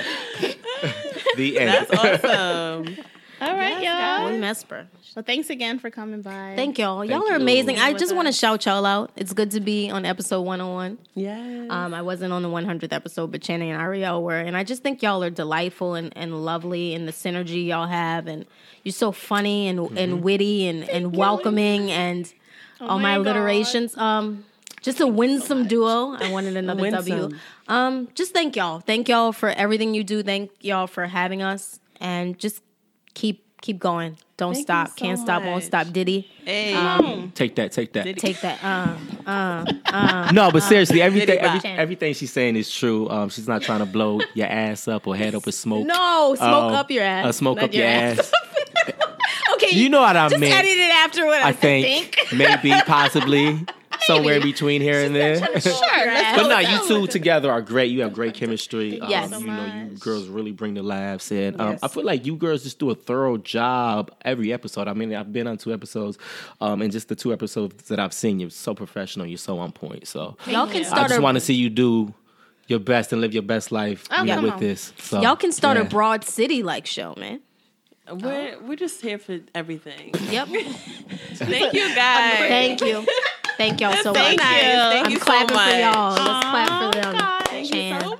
Speaker 5: the end.
Speaker 2: That's awesome.
Speaker 3: All right, y'all.
Speaker 4: William Esper.
Speaker 3: Well, thanks again for coming by.
Speaker 4: Thank y'all. y'all
Speaker 5: you.
Speaker 4: are amazing. I
Speaker 3: With
Speaker 4: just want to
Speaker 3: us.
Speaker 4: shout y'all out. It's good to be on episode 101.
Speaker 2: Yeah.
Speaker 4: Um, I wasn't on the 100th episode, but Channing and Ariel were. And I just think y'all are delightful and, and lovely, and the synergy y'all have. And you're so funny and,
Speaker 2: Mm-hmm.
Speaker 4: and witty and, and welcoming, and all my,
Speaker 3: my God.
Speaker 4: alliterations. Um, just a winsome duo. I wanted another W.
Speaker 2: Winsome.
Speaker 4: Um, just thank y'all. Thank y'all for everything you do. Thank y'all for having us. And just keep keep going. Don't
Speaker 2: Thank you
Speaker 4: stop.
Speaker 2: so
Speaker 4: Can't stop. Won't
Speaker 2: much.
Speaker 4: stop. Diddy.
Speaker 2: hey.
Speaker 5: Take that, take that.
Speaker 2: Did-
Speaker 4: Take that. Uh,
Speaker 5: No, but seriously, everything
Speaker 2: Diddy bop.
Speaker 5: every, everything she's saying is true. Um, she's not trying to blow your ass up or head up with smoke.
Speaker 4: no, oh, smoke
Speaker 5: Um,
Speaker 4: up your ass.
Speaker 5: Uh, smoke
Speaker 4: Not
Speaker 5: up your, ass.
Speaker 4: okay,
Speaker 5: You know what I
Speaker 4: just
Speaker 5: meant.
Speaker 4: edit it after what I,
Speaker 5: I think, maybe, possibly, somewhere between here and there.
Speaker 3: Sure. Let's
Speaker 5: But no, you two together are great. You have great chemistry. Um,
Speaker 4: Yes.
Speaker 5: you know, you girls really bring the laughs in. Um,
Speaker 2: Yes.
Speaker 5: I feel like you girls just do a thorough job every episode. I mean, I've been on two episodes, um, and just the two episodes that I've seen, you're so professional. You're so on point. So
Speaker 4: Y'all can
Speaker 5: I
Speaker 4: start
Speaker 5: just
Speaker 4: a
Speaker 5: want to see you do your best and live your best life you know,
Speaker 3: come
Speaker 5: with
Speaker 3: on.
Speaker 5: this. So,
Speaker 4: Oh, y'all can start a
Speaker 5: yeah.
Speaker 4: broad city like show, man.
Speaker 2: Oh. We're we're just here for everything.
Speaker 4: Yep.
Speaker 2: Thank you guys.
Speaker 4: Thank you. Thank y'all so
Speaker 2: Thank
Speaker 4: much.
Speaker 2: you. Thank
Speaker 4: I'm
Speaker 2: you so much.
Speaker 4: clapping for y'all. Let's clap for them. Chan.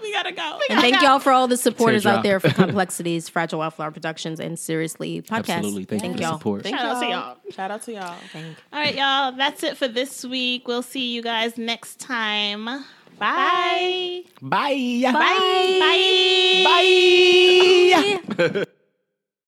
Speaker 2: We gotta go.
Speaker 4: And thank y'all for all the supporters out
Speaker 5: Teardrop.
Speaker 4: there for Complexities, Fragile Wildflower Productions, and Seriously Podcast.
Speaker 5: Absolutely. Thank, you for the
Speaker 4: y'all.
Speaker 5: support.
Speaker 2: Thank
Speaker 3: Shout out to y'all.
Speaker 2: Shout out to y'all.
Speaker 3: All right, y'all. That's it for this week. We'll see you guys next time. Bye.
Speaker 5: Bye.
Speaker 3: Bye. Bye.
Speaker 5: Bye.
Speaker 4: Yeah.